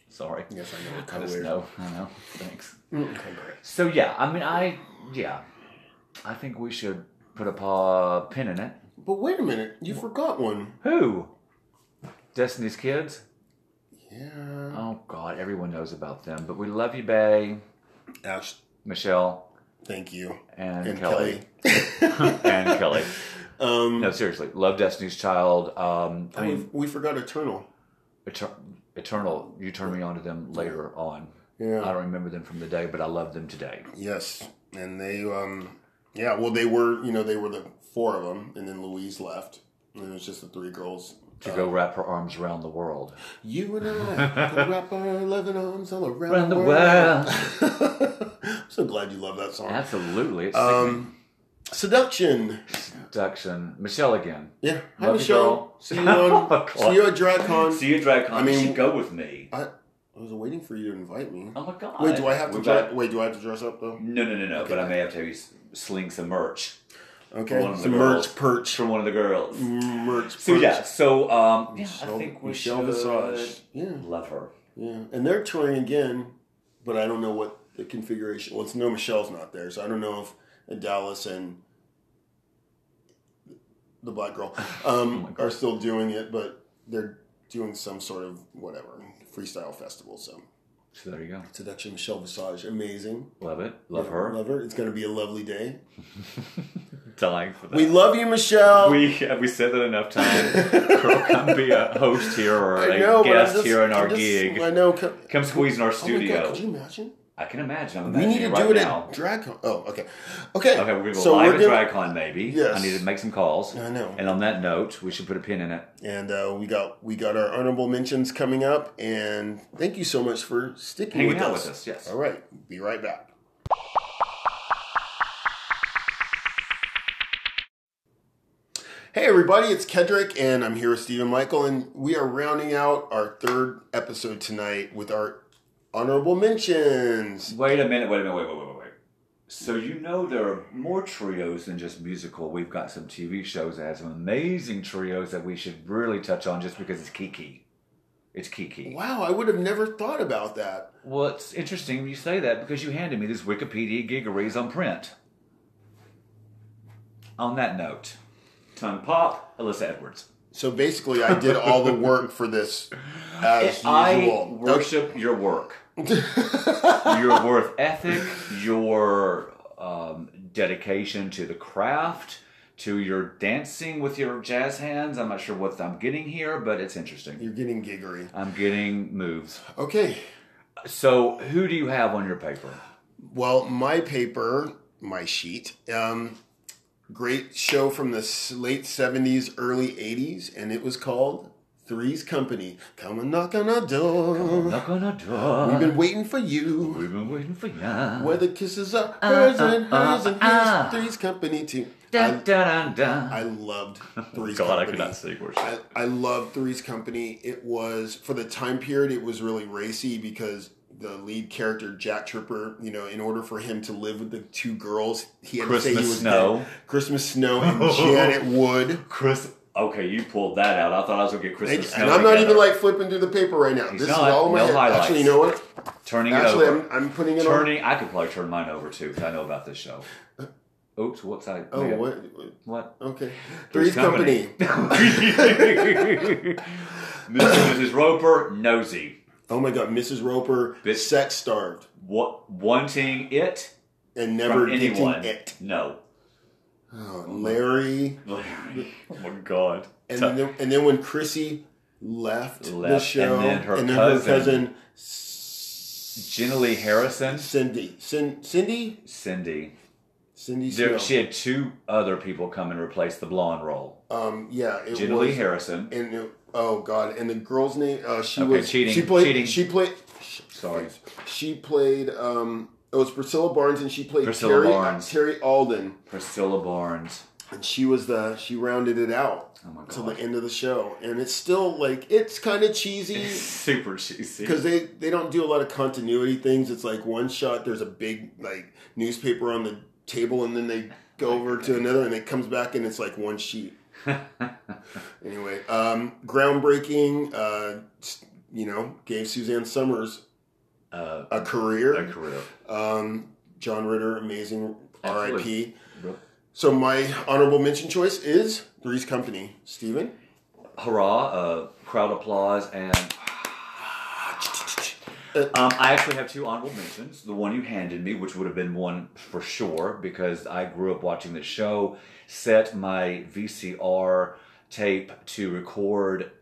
Speaker 2: Sorry.
Speaker 1: Yes, I know. It's
Speaker 2: I
Speaker 1: kind of
Speaker 2: just
Speaker 1: weird.
Speaker 2: know. I know. Thanks.
Speaker 1: Mm, okay, great.
Speaker 2: So yeah, I mean I yeah. I think we should put a paw pin in it.
Speaker 1: But wait a minute, you forgot one.
Speaker 2: Who? Destiny's Kids?
Speaker 1: Yeah.
Speaker 2: Oh god, everyone knows about them. But we love you, Bay,
Speaker 1: Ash,
Speaker 2: Michelle,
Speaker 1: thank you.
Speaker 2: and,
Speaker 1: And
Speaker 2: Kelly.
Speaker 1: Kelly.
Speaker 2: and Kelly.
Speaker 1: Um,
Speaker 2: No, seriously, love Destiny's Child. Um, I mean,
Speaker 1: we, we forgot Eternal.
Speaker 2: Eter- Eternal. You turned me on to them later on.
Speaker 1: Yeah.
Speaker 2: I don't remember them from the day, but I love them today.
Speaker 1: Uh, Yes. And they, um, yeah, well, they were, you know, they were the four of them, and then Louise left. And it was just the three girls. Uh,
Speaker 2: To go wrap her arms around the world.
Speaker 1: You and I could wrap our loving arms all around,
Speaker 2: Around
Speaker 1: the
Speaker 2: the
Speaker 1: world. I'm so glad you love that song.
Speaker 2: Absolutely, it's
Speaker 1: Um, Seduction.
Speaker 2: seduction. Michelle again.
Speaker 1: Yeah. Hi,
Speaker 2: Love you,
Speaker 1: Michelle.
Speaker 2: girl. Oh,
Speaker 1: See you on.
Speaker 2: God.
Speaker 1: see you at DragCon.
Speaker 2: See you, Dragcon.
Speaker 1: I mean-
Speaker 2: you should go with me.
Speaker 1: I, I was waiting for you to invite me.
Speaker 2: Oh my god.
Speaker 1: Wait, do I have to
Speaker 2: We've
Speaker 1: dre-
Speaker 2: got-
Speaker 1: wait? Do I have to dress up though?
Speaker 2: No, no, no, no. But I may have to s- sling some merch
Speaker 1: Okay,
Speaker 2: One of the
Speaker 1: some
Speaker 2: girls.
Speaker 1: merch perch
Speaker 2: from one of the girls.
Speaker 1: merch.
Speaker 2: So
Speaker 1: perch.
Speaker 2: yeah, so um, yeah, I
Speaker 1: Michelle-
Speaker 2: think we
Speaker 1: Michelle
Speaker 2: should
Speaker 1: Visage. Yeah,
Speaker 2: love her.
Speaker 1: yeah, and they're touring again, but I don't know what the configuration. Well, it's no Michelle's not there, so I don't know if Dallas and the black girl um,
Speaker 2: Oh God.
Speaker 1: are still doing it, but they're doing some sort of whatever freestyle festival. So
Speaker 2: So there you go.
Speaker 1: seduction, Michelle Visage, amazing.
Speaker 2: Love it. Love her.
Speaker 1: love her. It's going to be a lovely day.
Speaker 2: Dying for that.
Speaker 1: We love you, Michelle.
Speaker 2: We have we said that enough times. Girl, come be a host here or
Speaker 1: I
Speaker 2: a
Speaker 1: know, but I'm
Speaker 2: guest
Speaker 1: just-
Speaker 2: here in
Speaker 1: I'm
Speaker 2: our
Speaker 1: just-
Speaker 2: gig.
Speaker 1: I know. Come,
Speaker 2: Come squeeze in our
Speaker 1: oh my God,
Speaker 2: studio.
Speaker 1: could you imagine?
Speaker 2: I can imagine. I'm
Speaker 1: We
Speaker 2: imagining
Speaker 1: need to
Speaker 2: it right
Speaker 1: do it
Speaker 2: now.
Speaker 1: at DragCon. Oh, okay, okay.
Speaker 2: Okay, we're gonna go
Speaker 1: So
Speaker 2: live
Speaker 1: we're
Speaker 2: at
Speaker 1: gonna-
Speaker 2: DragCon maybe.
Speaker 1: Yes.
Speaker 2: I need to make some calls.
Speaker 1: I know.
Speaker 2: And on that note, we should put a pin in it.
Speaker 1: And uh, we got we got our honorable mentions coming up. And thank you so much for sticking
Speaker 2: Hanging
Speaker 1: with
Speaker 2: out
Speaker 1: us.
Speaker 2: with us, yes.
Speaker 1: All right, be right back. Hey everybody, it's Kedrick, and I'm here with Stephen Michael, and we are rounding out our third episode tonight with our honorable mentions.
Speaker 2: Wait a minute, wait a minute, wait, wait, wait, wait, wait. So you know there are more trios than just musical. We've got some TV shows that have some amazing trios that we should really touch on just because it's Kiki. It's Kiki.
Speaker 1: Wow, I would have never thought about that.
Speaker 2: Well, it's interesting you say that because you handed me this Wikipedia gigarees on print. On that note, tongue pop, Alyssa Edwards.
Speaker 1: So basically, I did all the work for this as
Speaker 2: I
Speaker 1: usual.
Speaker 2: worship your work, your worth ethic, your um, dedication to the craft, to your dancing with your jazz hands. I'm not sure what I'm getting here, but it's interesting.
Speaker 1: You're getting giggery.
Speaker 2: I'm getting moves.
Speaker 1: Okay.
Speaker 2: So, who do you have on your paper?
Speaker 1: Well, my paper, my sheet, um, great show from the s- late 70s, early 80s, and it was called Three's Company. Come and knock on our door.
Speaker 2: Knock on a
Speaker 1: We've
Speaker 2: door.
Speaker 1: been waiting for you.
Speaker 2: We've been waiting for ya.
Speaker 1: Where the kisses are hers and hers and
Speaker 2: uh,
Speaker 1: his. Three's Company, too.
Speaker 2: Da,
Speaker 1: I,
Speaker 2: da, da, da.
Speaker 1: I loved Three's
Speaker 2: God, I
Speaker 1: Company.
Speaker 2: could not sing worse.
Speaker 1: I, I love Three's Company. It was for the time period. It was really racy because the lead character Jack Tripper, you know, in order for him to live with the two girls, he had to say he
Speaker 2: Christmas
Speaker 1: was
Speaker 2: Snow.
Speaker 1: gay. Christmas Snow, and Janet Wood.
Speaker 2: Chris, okay, you pulled that out. I thought I was gonna get Chris.
Speaker 1: And,
Speaker 2: the
Speaker 1: and
Speaker 2: Snow
Speaker 1: I'm not
Speaker 2: together.
Speaker 1: even like flipping through the paper right now.
Speaker 2: He's
Speaker 1: this
Speaker 2: not.
Speaker 1: is all in my
Speaker 2: No
Speaker 1: head.
Speaker 2: highlights.
Speaker 1: Actually, you know what?
Speaker 2: turning
Speaker 1: Actually,
Speaker 2: it over.
Speaker 1: I'm, I'm putting it on.
Speaker 2: turning, I could probably turn mine over too because I know about this show. Oops, what's I?
Speaker 1: Oh,
Speaker 2: yeah.
Speaker 1: what?
Speaker 2: What?
Speaker 1: Okay. Three's, Company.
Speaker 2: Mr. and Mrs. Roper, nosy.
Speaker 1: Oh my God, Mrs. Roper,
Speaker 2: Bit-
Speaker 1: sex starved
Speaker 2: What wanting it
Speaker 1: and
Speaker 2: from
Speaker 1: never getting
Speaker 2: anyone?
Speaker 1: it.
Speaker 2: No.
Speaker 1: Oh, Larry.
Speaker 2: oh my God.
Speaker 1: And
Speaker 2: T-
Speaker 1: then, and then when Chrissy left, the
Speaker 2: Left,
Speaker 1: show,
Speaker 2: and then her
Speaker 1: cousin,
Speaker 2: cousin- Jenna Lee Harrison,
Speaker 1: Cindy, Cin- Cindy,
Speaker 2: Cindy.
Speaker 1: Cindy
Speaker 2: There,
Speaker 1: Snow.
Speaker 2: she had two other people come and replace the blonde role.
Speaker 1: um, yeah, it
Speaker 2: Jenna Lee
Speaker 1: was.
Speaker 2: Harrison.
Speaker 1: And it- oh god, and the girl's name. Uh, she
Speaker 2: Okay,
Speaker 1: was
Speaker 2: cheating,
Speaker 1: She played.
Speaker 2: cheating.
Speaker 1: She played.
Speaker 2: Sorry.
Speaker 1: She played. Um, it was Priscilla Barnes, and she played
Speaker 2: Priscilla
Speaker 1: Terry
Speaker 2: Barnes.
Speaker 1: Terry Alden,
Speaker 2: Priscilla Barnes.
Speaker 1: and she was the she rounded it out
Speaker 2: Oh my God.
Speaker 1: till the end of the show, and it's still like it's kind of cheesy.
Speaker 2: Super cheesy.
Speaker 1: because they they don't do a lot of continuity things. It's like one shot there's a big like newspaper on the table, and then they go over to another, and it comes back, and it's like one sheet. anyway, um, groundbreaking. Uh, s- you know, gave Suzanne Summers
Speaker 2: uh,
Speaker 1: a career.
Speaker 2: their career.
Speaker 1: Um, John Ritter, amazing. R.I.P.
Speaker 2: Absolutely. Bro-
Speaker 1: So my honorable mention choice is Three's Company. Steven?
Speaker 2: Hurrah! Uh, crowd applause and. Um, I actually have two honorable mentions. The one you handed me, which would have been one for sure, because I grew up watching the show, set my VCR tape to record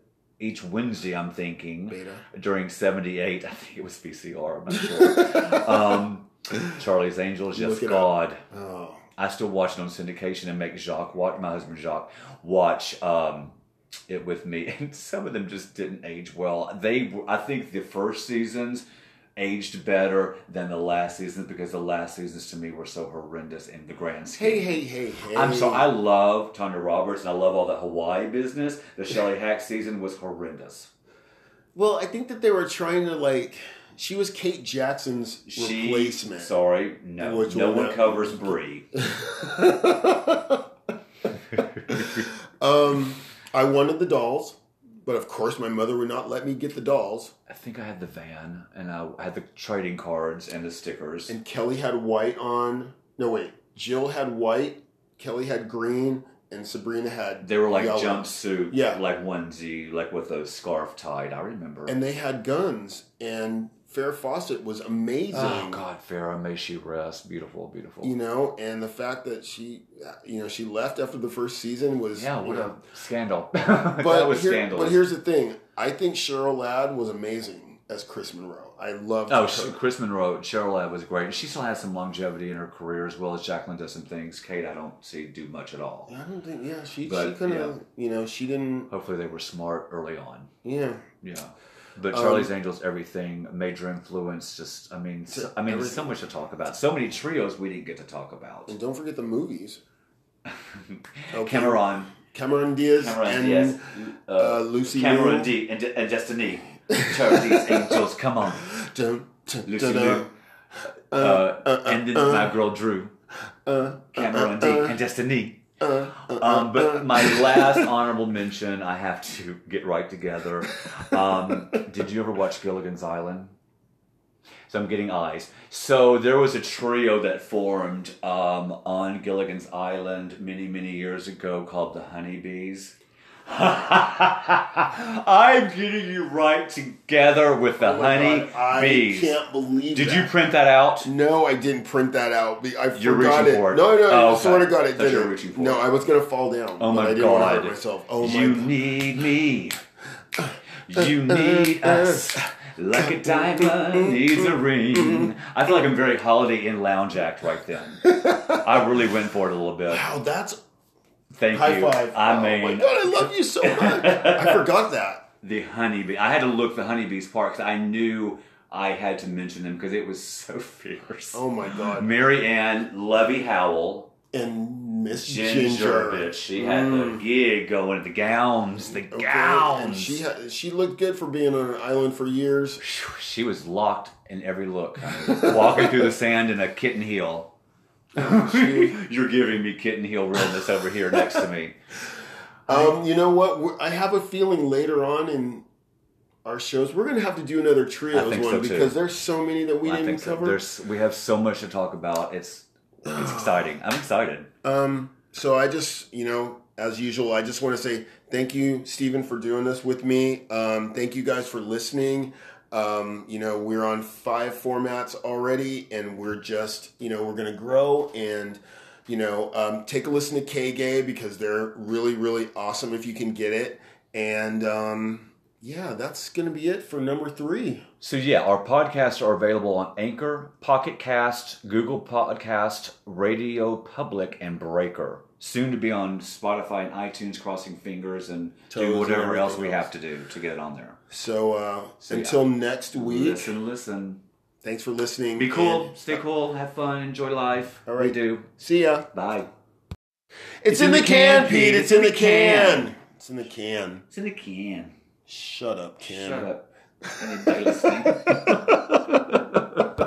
Speaker 2: each Wednesday, I'm thinking.
Speaker 1: Beta.
Speaker 2: during 78 i think it was vcr i'm not sure um, charlie's angels yes
Speaker 1: Look it up.
Speaker 2: god
Speaker 1: Oh,
Speaker 2: i still watch it on syndication and make jacques watch my husband jacques watch um, it with me and some of them just didn't age well they were- i think the first seasons aged better than the last seasons because the last seasons to me were so horrendous in the grand scheme
Speaker 1: hey, hey, hey, hey.
Speaker 2: I'm sorry. I love Tanya Roberts and I love all that Hawaii business. The Shelley Hack season was horrendous.
Speaker 1: Well, I think that they were trying to like. She was Kate Jackson's replacement.
Speaker 2: Sorry, no,
Speaker 1: Which
Speaker 2: no
Speaker 1: one
Speaker 2: one
Speaker 1: that-
Speaker 2: covers Brie.
Speaker 1: um, I wanted the dolls, but of course my mother would not let me get the dolls.
Speaker 2: I think I had the van, and uh, I had the trading cards and the stickers.
Speaker 1: And Kelly had white on. No wait, Jill had white. Kelly had green, and Sabrina had.
Speaker 2: they were like
Speaker 1: yellow.
Speaker 2: jumpsuit,
Speaker 1: Yeah.
Speaker 2: like onesie, like with a scarf tied. I remember.
Speaker 1: And they had guns. And Farrah Fawcett was amazing.
Speaker 2: oh God, Farrah, may she rest. Beautiful, beautiful.
Speaker 1: You know, and the fact that she, you know, she left after the first season was
Speaker 2: yeah,
Speaker 1: you
Speaker 2: what
Speaker 1: know,
Speaker 2: a scandal. that was
Speaker 1: here-
Speaker 2: scandalous.
Speaker 1: But here's the thing: I think Cheryl Ladd was amazing as Chris Monroe. I loved.
Speaker 2: Oh,
Speaker 1: her.
Speaker 2: she, Chris Monroe, Cheryl Ladd was great. She still has some longevity in her career, as well as Jacqueline does some things. Kate, I don't see do much at all.
Speaker 1: I don't think. Yeah, she she
Speaker 2: But,
Speaker 1: kind of you know she didn't.
Speaker 2: Hopefully, they were smart early on.
Speaker 1: Yeah,
Speaker 2: Yeah. But
Speaker 1: Um,
Speaker 2: Charlie's Angels, everything, major influence. Just, I mean, so, I mean, there's so much to talk about. So many trios we didn't get to talk about.
Speaker 1: and don't forget the movies. Okay.
Speaker 2: Cameron,
Speaker 1: Cameron Diaz
Speaker 2: Cameron,
Speaker 1: and
Speaker 2: yes,
Speaker 1: uh, Lucy
Speaker 2: Cameron
Speaker 1: Liu.
Speaker 2: D and, and Destiny. Charlie's E. Angels, come on.
Speaker 1: Dun,
Speaker 2: Lucy Liu, uh, and then
Speaker 1: uh,
Speaker 2: my girl Drew, Cameron D, and E. Destiny.
Speaker 1: uh,
Speaker 2: Um, but my last honorable mention, I have to get right together. Um, did you ever watch Gilligan's Island? So I'm getting eyes. So there was a trio that formed um, on Gilligan's Island many, many years ago called the Honeybees. I'm getting you right together with the
Speaker 1: Oh my God, I
Speaker 2: Honeybees.
Speaker 1: can't believe
Speaker 2: Did
Speaker 1: that.
Speaker 2: you print that out?
Speaker 1: No, I didn't print that out. Be- I
Speaker 2: You're
Speaker 1: forgot
Speaker 2: reaching
Speaker 1: it.
Speaker 2: for it.
Speaker 1: No, no,
Speaker 2: Oh,
Speaker 1: I
Speaker 2: okay.
Speaker 1: swear to God, I
Speaker 2: Thought you
Speaker 1: didn't.
Speaker 2: were reaching for
Speaker 1: no,
Speaker 2: it.
Speaker 1: I was gonna fall down. but
Speaker 2: Oh my
Speaker 1: I didn't
Speaker 2: god!
Speaker 1: want to hurt myself. Oh my
Speaker 2: you
Speaker 1: God.
Speaker 2: need me. You need us like a diamond needs a ring. I feel like I'm very Holiday Inn lounge act right then. I really went for it a little bit.
Speaker 1: Wow, that's
Speaker 2: Thank
Speaker 1: high
Speaker 2: you.
Speaker 1: five.
Speaker 2: I
Speaker 1: oh my
Speaker 2: mean,
Speaker 1: God, I love you so much. I forgot that.
Speaker 2: the honeybee. I had to look the honeybees part because I knew I had to mention them because it was so fierce.
Speaker 1: Oh my God.
Speaker 2: Mary Ann, Levy Howell,
Speaker 1: And Miss
Speaker 2: Ginger,
Speaker 1: Ginger. Mm.
Speaker 2: bitch. She had the gig going. The gowns, the
Speaker 1: Okay,
Speaker 2: gowns.
Speaker 1: And she ha- she looked good for being on an island for years.
Speaker 2: She was locked in every look, walking through the sand in a kitten heel. You're giving me kitten heel realness over here next to me.
Speaker 1: Um, you know what? We're, I have a feeling later on in our shows we're gonna have to do another trios
Speaker 2: I
Speaker 1: one
Speaker 2: think so, too.
Speaker 1: because there's so many that we
Speaker 2: I
Speaker 1: didn't
Speaker 2: think so.
Speaker 1: cover.
Speaker 2: There's, we have so much to talk about. It's it's exciting. I'm excited.
Speaker 1: Um, so I just, you know, as usual, I just want to say thank you, Stephen, for doing this with me. Um, thank you guys for listening. Um, you know, we're on five formats already, and we're just, you know, we're gonna grow and. You know, um, take a listen to K Gay because they're really, really awesome if you can get it. And um, yeah, that's going to be it for number three.
Speaker 2: So yeah, our podcasts are available on Anchor, Pocket Cast, Google Podcast, Radio Public, and Breaker. Soon to be on Spotify and iTunes. Crossing fingers and
Speaker 1: Toes
Speaker 2: do
Speaker 1: and
Speaker 2: whatever else we
Speaker 1: everything
Speaker 2: have to do to get it on there.
Speaker 1: So, uh,
Speaker 2: yeah.
Speaker 1: until next week,
Speaker 2: Listen, listen.
Speaker 1: thanks for listening.
Speaker 2: Be cool.
Speaker 1: and
Speaker 2: Stay cool. Have fun. Enjoy life.
Speaker 1: All right.
Speaker 2: We do.
Speaker 1: See ya.
Speaker 2: Bye.
Speaker 1: It's, in, the can, Pete. It's in the can. It's in the can.
Speaker 2: It's in the can.
Speaker 1: Shut up, Ken.
Speaker 2: Shut up. Anybody listening?